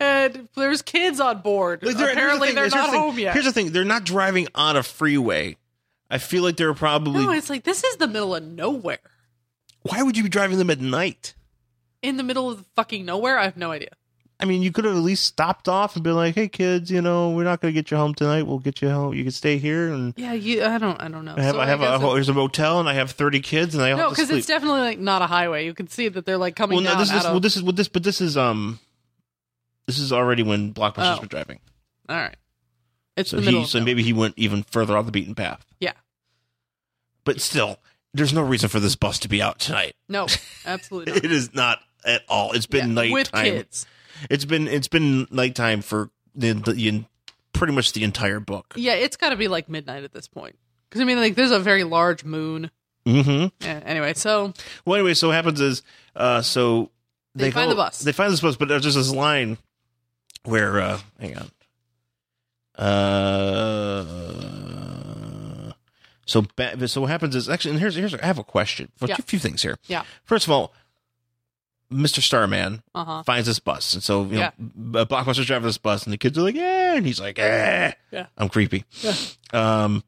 S1: And there's there's kids on board.
S2: Like, they're- here's the
S1: Apparently,
S2: thing,
S1: they're
S2: here's the
S1: not
S2: thing-
S1: home yet.
S2: Here's the thing: they're not driving on a freeway. I feel like they're probably.
S1: No, it's like this is the middle of nowhere.
S2: why would you be driving them at night?
S1: In the middle of fucking nowhere, I have no idea.
S2: I mean, you could have at least stopped off and been like, "Hey, kids, you know, we're not going to get you home tonight. We'll get you home. You can stay here, and
S1: Yeah, you. I don't. I don't know.
S2: I have,
S1: So
S2: I have a
S1: guess it-
S2: there's a motel, and I have thirty kids, and I all
S1: no,
S2: have to
S1: because
S2: sleep."
S1: it's definitely like not a highway. You can see that they're like coming
S2: well, no,
S1: down
S2: this
S1: out
S2: is
S1: of.
S2: well, this is well, this, but this is um, this is already when blockbusters
S1: Oh.
S2: were driving.
S1: All right, it's
S2: So
S1: the middle.
S2: he,
S1: of
S2: so
S1: nowhere.
S2: maybe he went even further off the beaten path.
S1: Yeah.
S2: But still, there's no reason for this bus to be out tonight.
S1: No, absolutely not.
S2: It is not at all. It's
S1: Yeah,
S2: been nighttime.
S1: with kids.
S2: It's been it's been nighttime for the, the, the- pretty much the entire book.
S1: Yeah, it's got to be like midnight at this point. Because I mean, like, there's a very large moon.
S2: hmm
S1: Yeah, anyway, so
S2: Well, anyway, so what happens is, uh, so
S1: They find the bus.
S2: They find this bus, but there's just this line where, uh, hang on. Uh, so ba- so what happens is actually, and here's here's I have a question for
S1: Yeah.
S2: a few things here.
S1: Yeah.
S2: First of all, Mr. Starman
S1: uh huh.
S2: finds this bus, and so you
S1: Yeah.
S2: know, B- Blockbuster's driving this bus, and the kids are like, "Yeah," and he's like, "Eh,
S1: Yeah.
S2: I'm creepy."
S1: Yeah.
S2: Um,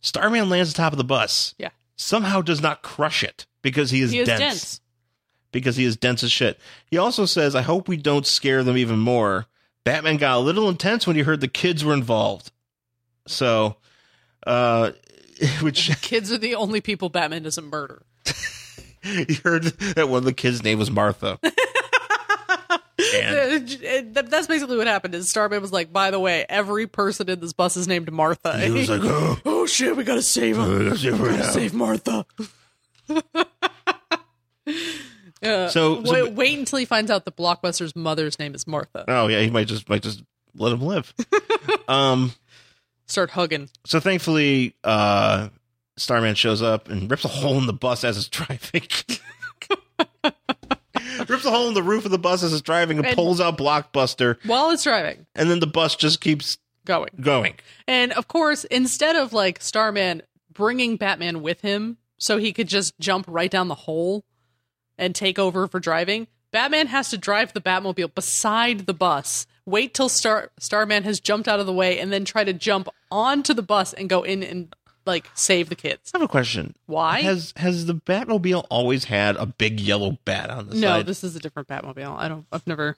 S2: Starman lands atop of the bus.
S1: Yeah.
S2: Somehow does not crush it because he is,
S1: He is dense.
S2: dense, Because he is dense as shit. He also says, "I hope we don't scare them even more." Batman got a little intense when he heard the kids were involved. So, uh, which
S1: Kids are the only people Batman doesn't murder.
S2: he heard that one of the kids' name was Martha.
S1: Uh,
S2: And-
S1: Th- That's basically what happened. Is Starman was like, by the way, every person in this bus is named Martha.
S2: He was like, "Oh,
S1: oh shit, we gotta save him.
S2: that's it for
S1: We gotta
S2: now."
S1: save Martha. Uh,
S2: So- so-
S1: wait, wait until he finds out that Blockbuster's mother's name is Martha.
S2: Oh yeah, he might just might just let him live. um.
S1: Start hugging.
S2: So thankfully, uh, Starman shows up and rips a hole in the bus as it's driving. rips a hole in the roof of the bus as it's driving and,
S1: And-
S2: pulls out Blockbuster,
S1: while it's driving,
S2: and then the bus just keeps
S1: going.
S2: going.
S1: And of course, instead of like Starman bringing Batman with him so he could just jump right down the hole and take over for driving, Batman has to drive the Batmobile beside the bus, wait till Star Starman has jumped out of the way, and then try to jump onto the bus and go in and like save the kids.
S2: I have a question.
S1: Why?
S2: has has the Batmobile always had a big yellow bat on the
S1: no,
S2: side?
S1: this is a different Batmobile. I don't. I've never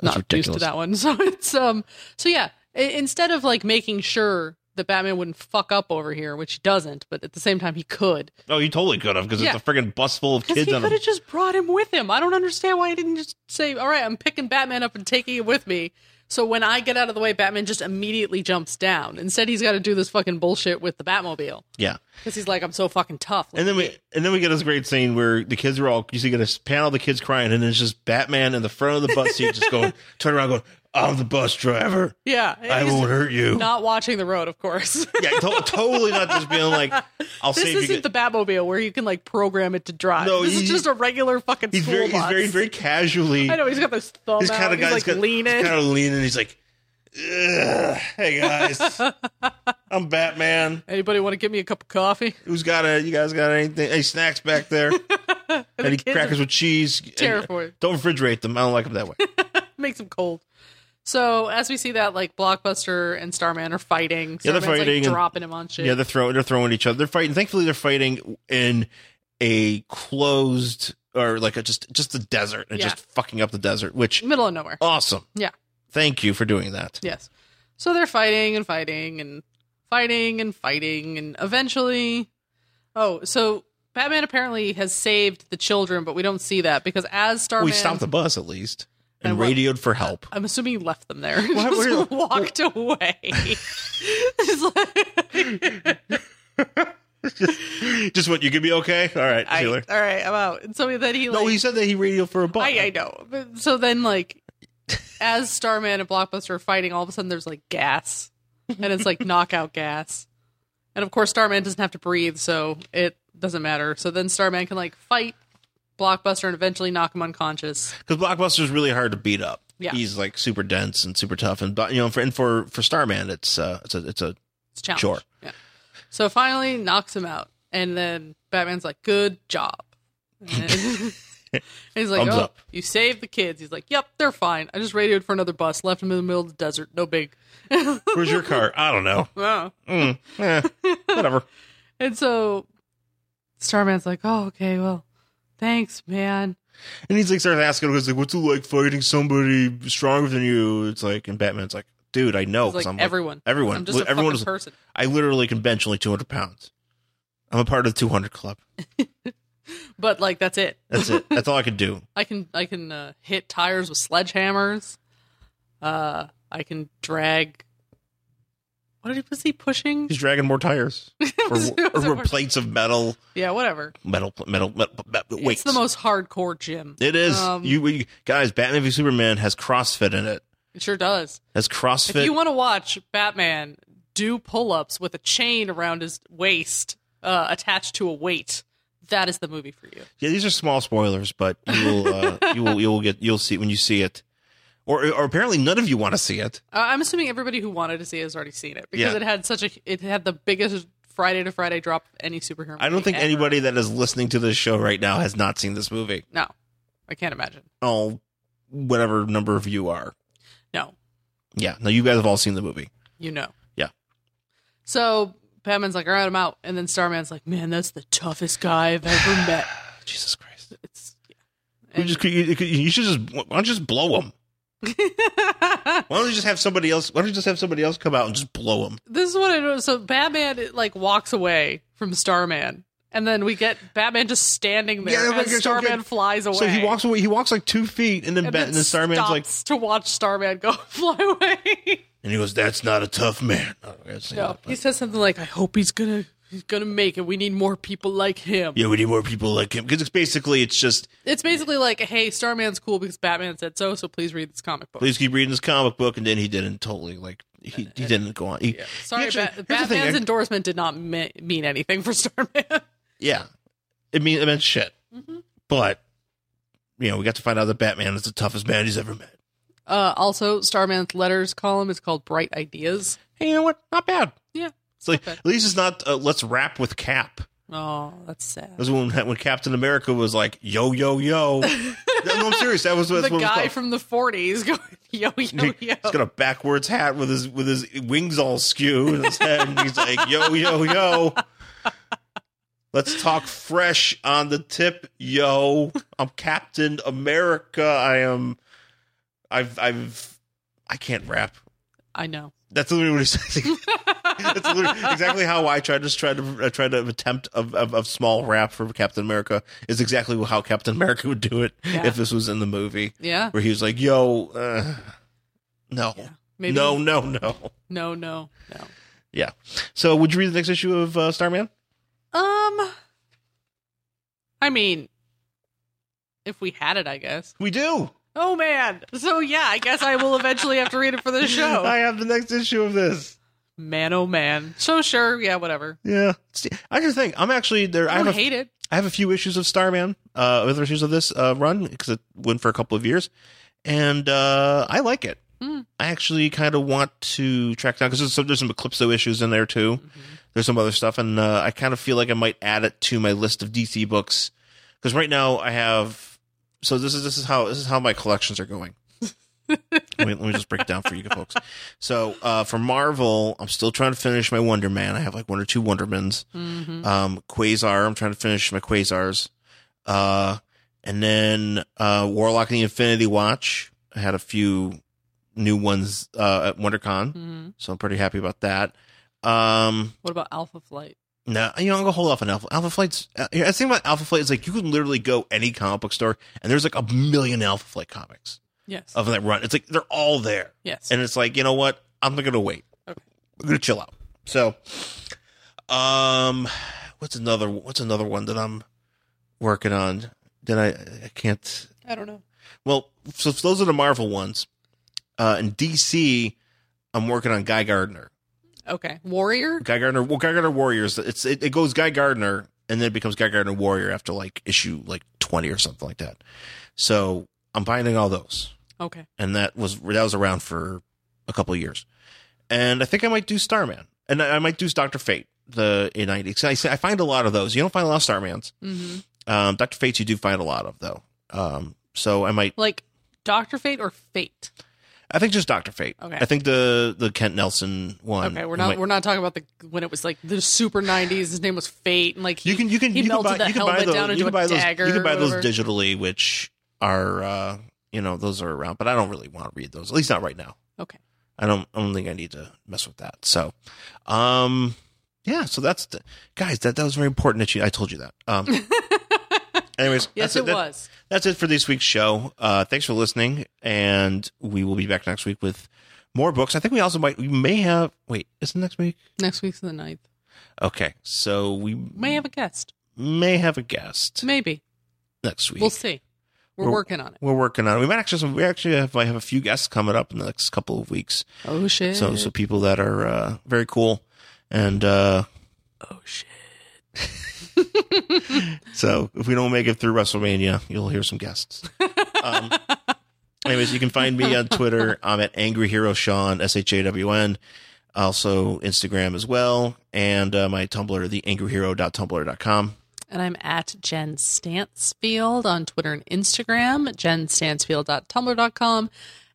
S2: That's
S1: not used to
S2: ridiculous.
S1: that one. So it's um. So yeah, i- instead of like making sure that Batman wouldn't fuck up over here, which he doesn't, but at the same time he could,
S2: oh, you totally could have because
S1: Yeah.
S2: it's a friggin' bus full of
S1: because
S2: kids
S1: he
S2: on
S1: could
S2: a
S1: have just brought him with him. I don't understand why he didn't just say, "All right, I'm picking Batman up and taking him with me." So when I get out of the way, Batman just immediately jumps down. Instead, he's got to do this fucking bullshit with the Batmobile
S2: yeah.
S1: because he's like, "I'm so fucking tough."
S2: And then we and then we get this great scene where the kids are all you see get this panel of the kids crying and it's just Batman in the front of the bus seat just going turn around going I'm the bus driver
S1: yeah,
S2: I
S1: he's
S2: won't hurt you
S1: Not watching the road, of course.
S2: yeah to- totally not just being like I'll
S1: This
S2: save you
S1: isn't the Batmobile where you can like program it to drive.
S2: No,
S1: this is
S2: he-
S1: just a regular fucking
S2: he's
S1: school
S2: very he's
S1: bus.
S2: very very casually
S1: I know he's got this thumb
S2: he's
S1: out.
S2: kind of
S1: he's
S2: guy
S1: like leaning.
S2: kind of leaning he's like "Ugh, hey guys I'm Batman
S1: Anybody want to give me a cup of coffee?
S2: who's got a you guys got anything any snacks back there
S1: And
S2: any
S1: the kids
S2: crackers with cheese And-
S1: terrified.
S2: don't refrigerate them I don't like them that way
S1: makes him cold. So as we see that, like Blockbuster and Starman are fighting.
S2: Yeah, they're
S1: Starman's, like,
S2: fighting and-
S1: dropping him on shit.
S2: Yeah, they're throwing they're throwing each other. They're fighting. Thankfully, they're fighting in a closed or like a just just the desert and
S1: Yeah.
S2: just fucking up the desert, which
S1: middle of nowhere.
S2: awesome.
S1: Yeah.
S2: Thank you for doing that.
S1: Yes. So they're fighting and fighting and fighting and fighting and eventually Oh, so Batman apparently has saved the children, but we don't see that because as Starman
S2: we stopped the bus at least and,
S1: And what-
S2: radioed for help.
S1: I'm assuming you left them there.
S2: Why-
S1: Just
S2: where-
S1: walked away. It's like-
S2: just what you could be okay. All right,
S1: I-
S2: see you
S1: all
S2: later.
S1: right, I'm out. And so then he like
S2: No, he said that he radioed for a bus.
S1: I, I know. But so then like as Starman and Blockbuster are fighting, all of a sudden there's like gas. And it's like knockout gas. And of course Starman doesn't have to breathe, so it doesn't matter. So then Starman can like fight Blockbuster and eventually knock him unconscious.
S2: because Blockbuster's really hard to beat up.
S1: Yeah.
S2: he's like super dense and super tough, and you know, for, and for for Starman, it's uh, it's a it's a
S1: It's a challenge.
S2: Sure.
S1: Yeah. So finally knocks him out. And then Batman's like, Good job. And he's like,
S2: Thumbs
S1: oh,
S2: up.
S1: you saved the kids. He's like, yep, they're fine. I just radioed for another bus, left them in the middle of the desert. No big.
S2: Where's your car? I don't know.
S1: Oh.
S2: Mm, eh, whatever.
S1: And so Starman's like, oh, okay, well, thanks, man.
S2: And he's like starts asking because like, what's it like fighting somebody stronger than you? It's like, and Batman's like, dude, I know.
S1: He's like,
S2: I'm
S1: everyone.
S2: everyone,
S1: I'm just a
S2: everyone
S1: fucking
S2: is-
S1: person.
S2: I literally can bench only 200 pounds. I'm a part of the 200 club.
S1: But like, that's it.
S2: That's it. That's all I can do.
S1: I can I can uh, hit tires with sledgehammers. Uh, I can drag. What did he was he pushing?
S2: He's dragging more tires or,
S1: Was- was
S2: or
S1: it-
S2: plates of metal,
S1: Yeah, whatever.
S2: metal, metal, metal, metal weights.
S1: It's the most hardcore gym.
S2: It is.
S1: um,
S2: you, you guys, Batman v Superman has CrossFit in it.
S1: It sure does.
S2: Has CrossFit?
S1: If you want to watch Batman do pull-ups with a chain around his waist uh, attached to a weight, that is the movie for you.
S2: yeah, these are small spoilers, but you will, uh, you will, you will get, you'll see it when you see it. Or, or apparently, none of you want to see it.
S1: Uh, I'm assuming everybody who wanted to see it has already seen it because
S2: Yeah.
S1: it had such a it had the biggest Friday to Friday drop of any superhero.
S2: I don't
S1: movie
S2: think
S1: ever.
S2: anybody that is listening to this show right now has not seen this movie.
S1: No, I can't imagine.
S2: Oh, whatever number of you are.
S1: No,
S2: Yeah. No, you guys have all seen the movie.
S1: you know.
S2: Yeah.
S1: So Batman's like, all right, I'm out. And then Starman's like, man, that's the toughest guy I've ever met.
S2: Jesus Christ.
S1: It's,
S2: You, just, you, you should just, why don't you just blow him? Why don't you just have somebody else, why don't you just have somebody else come out and just blow him?
S1: this is what I know. So Batman it, like walks away from Starman. And then we get Batman just standing there
S2: Yeah, like,
S1: as
S2: it's okay.
S1: Starman flies away.
S2: So he walks away, he walks like two feet and then,
S1: and
S2: Bat,
S1: then
S2: and then Starman's
S1: stops
S2: like,
S1: to watch Starman go fly away.
S2: and he goes, that's not a tough man. Oh, that's
S1: no,
S2: not-
S1: he says something like, "I hope he's gonna, he's gonna make it. We need more people like him."
S2: yeah, we need more people like him. Because it's basically, it's just,
S1: It's basically like, "Hey, Starman's cool because Batman said so. So please read this comic book."
S2: please keep reading this comic book. And then he didn't totally like, he, he didn't go on. He,
S1: Yeah.
S2: he
S1: Sorry,
S2: actually-
S1: Bat-
S2: here's the
S1: Batman's
S2: thing, I-
S1: endorsement did not me- mean anything for Starman.
S2: Yeah. It mean it meant shit.
S1: Mm-hmm.
S2: But you know, we got to find out that Batman is the toughest man he's ever met.
S1: Uh, also, Starman's letters column is called Bright Ideas.
S2: Hey, you know what? Not bad.
S1: Yeah.
S2: It's like
S1: bad.
S2: at least it's not uh, let's rap with Cap.
S1: Oh, that's
S2: That
S1: sad.
S2: was when when Captain America was like yo yo yo. no, no, I'm serious. That was what
S1: The
S2: that's what
S1: guy
S2: it was called.
S1: from the 40s going, yo, yo,
S2: He-
S1: yo.
S2: He's got a backwards hat with his with his wings all skew in his head, and he's like yo yo yo. Let's talk fresh on the tip, yo. I'm Captain America. I am. I've. I've. I can't rap.
S1: I know.
S2: That's literally what he's saying. That's literally, exactly how I tried to try to I tried to attempt of, of, of small rap for Captain America is exactly how Captain America would do it
S1: Yeah.
S2: if this was in the movie
S1: Yeah.
S2: where he was like, "Yo, uh, no,
S1: Maybe.
S2: no, no, no."
S1: No, no, no.
S2: Yeah. So, would you read the next issue of uh, Starman?
S1: Um, I mean, if we had it, I guess.
S2: We do.
S1: Oh, man. So, yeah, I guess I will eventually have to read it for the
S2: I
S1: show.
S2: have the next issue of this.
S1: Man, oh, man. So, sure. Yeah, whatever.
S2: Yeah. See, I just think I'm actually there. I
S1: I
S2: have
S1: don't
S2: a
S1: hate it.
S2: I have a few issues of Starman, uh, other issues of this uh, run because it went for a couple of years, and uh, I like it.
S1: Hmm.
S2: I actually kind of want to track down because there's some, there's some Eclipso issues in there too. There's some other stuff, and uh, I kind of feel like I might add it to my list of DC books because right now I have. So this is this is how this is how my collections are going. let, me, let me just break it down for you folks. So uh, for Marvel, I'm still trying to finish my Wonder Man. I have like one or two Wondermans.
S1: Mm-hmm.
S2: Um, Quasar. I'm trying to finish my Quasars. Uh, and then uh, Warlock and the Infinity Watch. I had a few new ones uh, at WonderCon,
S1: hmm
S2: so I'm pretty happy about that. Um,
S1: What about Alpha Flight?
S2: no, you know, I'm gonna hold off on Alpha. Alpha Flight's. Uh, I think about Alpha Flight is like you can literally go any comic book store, and there's like a million Alpha Flight comics
S1: Yes.
S2: of that run. It's like they're all there.
S1: yes.
S2: Oh. And it's like, you know what? I'm not gonna wait.
S1: Okay.
S2: I'm gonna chill out. So um what's another what's another one that I'm working on that I I can't
S1: I don't know.
S2: well so those are the Marvel ones. Uh in DC I'm working on Guy Gardner.
S1: Okay. Warrior?
S2: Guy Gardner well Guy Gardner Warriors it's it, it goes Guy Gardner and then it becomes Guy Gardner Warrior after like issue like twenty or something like that. So I'm finding all those
S1: Okay.
S2: and that was that was around for a couple of years. And I think I might do Starman, and I, I might do Doctor Fate the A ninety. I, I find a lot of those. You don't find a lot of Starmans.
S1: Mm-hmm.
S2: Um, Doctor Fates you do find a lot of though. Um, so I might.
S1: Like Doctor Fate or Fate?
S2: I think just Doctor Fate.
S1: Okay.
S2: I think the the Kent Nelson one.
S1: Okay,
S2: I
S1: we're not
S2: might-
S1: we're not talking about the when it was like the super nineties. His name was Fate, and like he,
S2: you can you can
S1: he
S2: you can
S1: melted
S2: buy,
S1: the
S2: you can
S1: helmet
S2: buy those
S1: down
S2: you
S1: into
S2: can buy
S1: a
S2: those
S1: dagger.
S2: you can buy
S1: or
S2: those
S1: whatever.
S2: digitally, which are uh, you know those are around, but I don't really want to read those. At least not right now.
S1: Okay,
S2: I don't I don't think I need to mess with that. So, um, yeah. So that's the, guys. That that was very important that you. I told you that. Um. Anyways,
S1: yes,
S2: that's
S1: it
S2: that-
S1: was.
S2: that's it for this week's show. Uh, thanks for listening, and we will be back next week with more books. I think we also might we may have wait is it next week?
S1: Next week's the ninth.
S2: Okay, so we
S1: May have a guest.
S2: may have a guest
S1: Maybe
S2: next week.
S1: we'll see. We're,
S2: We're-
S1: working on it.
S2: We're working on it. We might actually we actually have, I have a few guests coming up in the next couple of weeks.
S1: Oh shit!
S2: So so people that are uh, very cool and uh,
S1: oh shit!
S2: So if we don't make it through WrestleMania, you'll hear some guests. Um, anyways, you can find me on Twitter. I'm at Angry Hero Sean S H A W N. Also Instagram as well, and uh, my Tumblr, theangryhero.tumblr.com.
S1: And I'm at Jen Stansfield on Twitter and Instagram, jenstansfield.tumblr.com,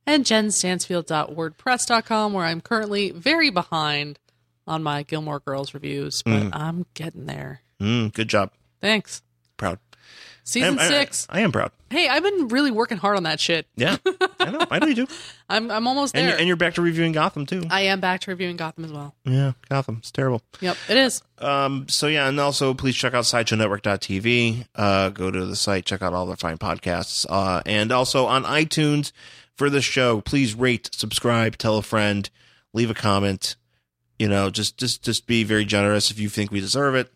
S1: and jenstansfield.wordpress.com, where I'm currently very behind on my Gilmore Girls reviews, but
S2: Mm-hmm.
S1: I'm getting there.
S2: Mm, good job,
S1: Thanks.
S2: proud. I am-
S1: Season
S2: I-
S1: six.
S2: I, am proud.
S1: hey, I've been really working hard on that shit.
S2: Yeah, I know. I know you do.
S1: I'm I'm almost
S2: And,
S1: there.
S2: you- and you're back to reviewing Gotham too.
S1: I am back to reviewing Gotham as well.
S2: yeah, Gotham. It's terrible.
S1: Yep, it is.
S2: Um, so yeah, and also please check out SideshowNetwork.tv. Uh, go to the site, check out all their fine podcasts, uh, and also on iTunes for the show. Please rate, subscribe, tell a friend, leave a comment. You know, just just just be very generous if you think we deserve it,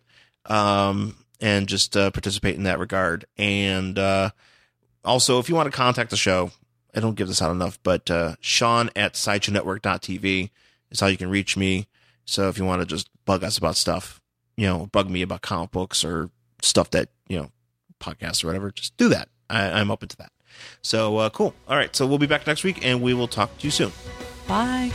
S2: um, and just uh, participate in that regard. And uh, also, if you want to contact the show, I don't give this out enough, but uh, Sean at SideshowNetwork.tv is how you can reach me. So if you want to just bug us about stuff, you know, bug me about comic books or stuff that, you know, podcasts or whatever, just do that. I, I'm open to that. So uh, cool. All right. So we'll be back next week and we will talk to you soon.
S1: Bye.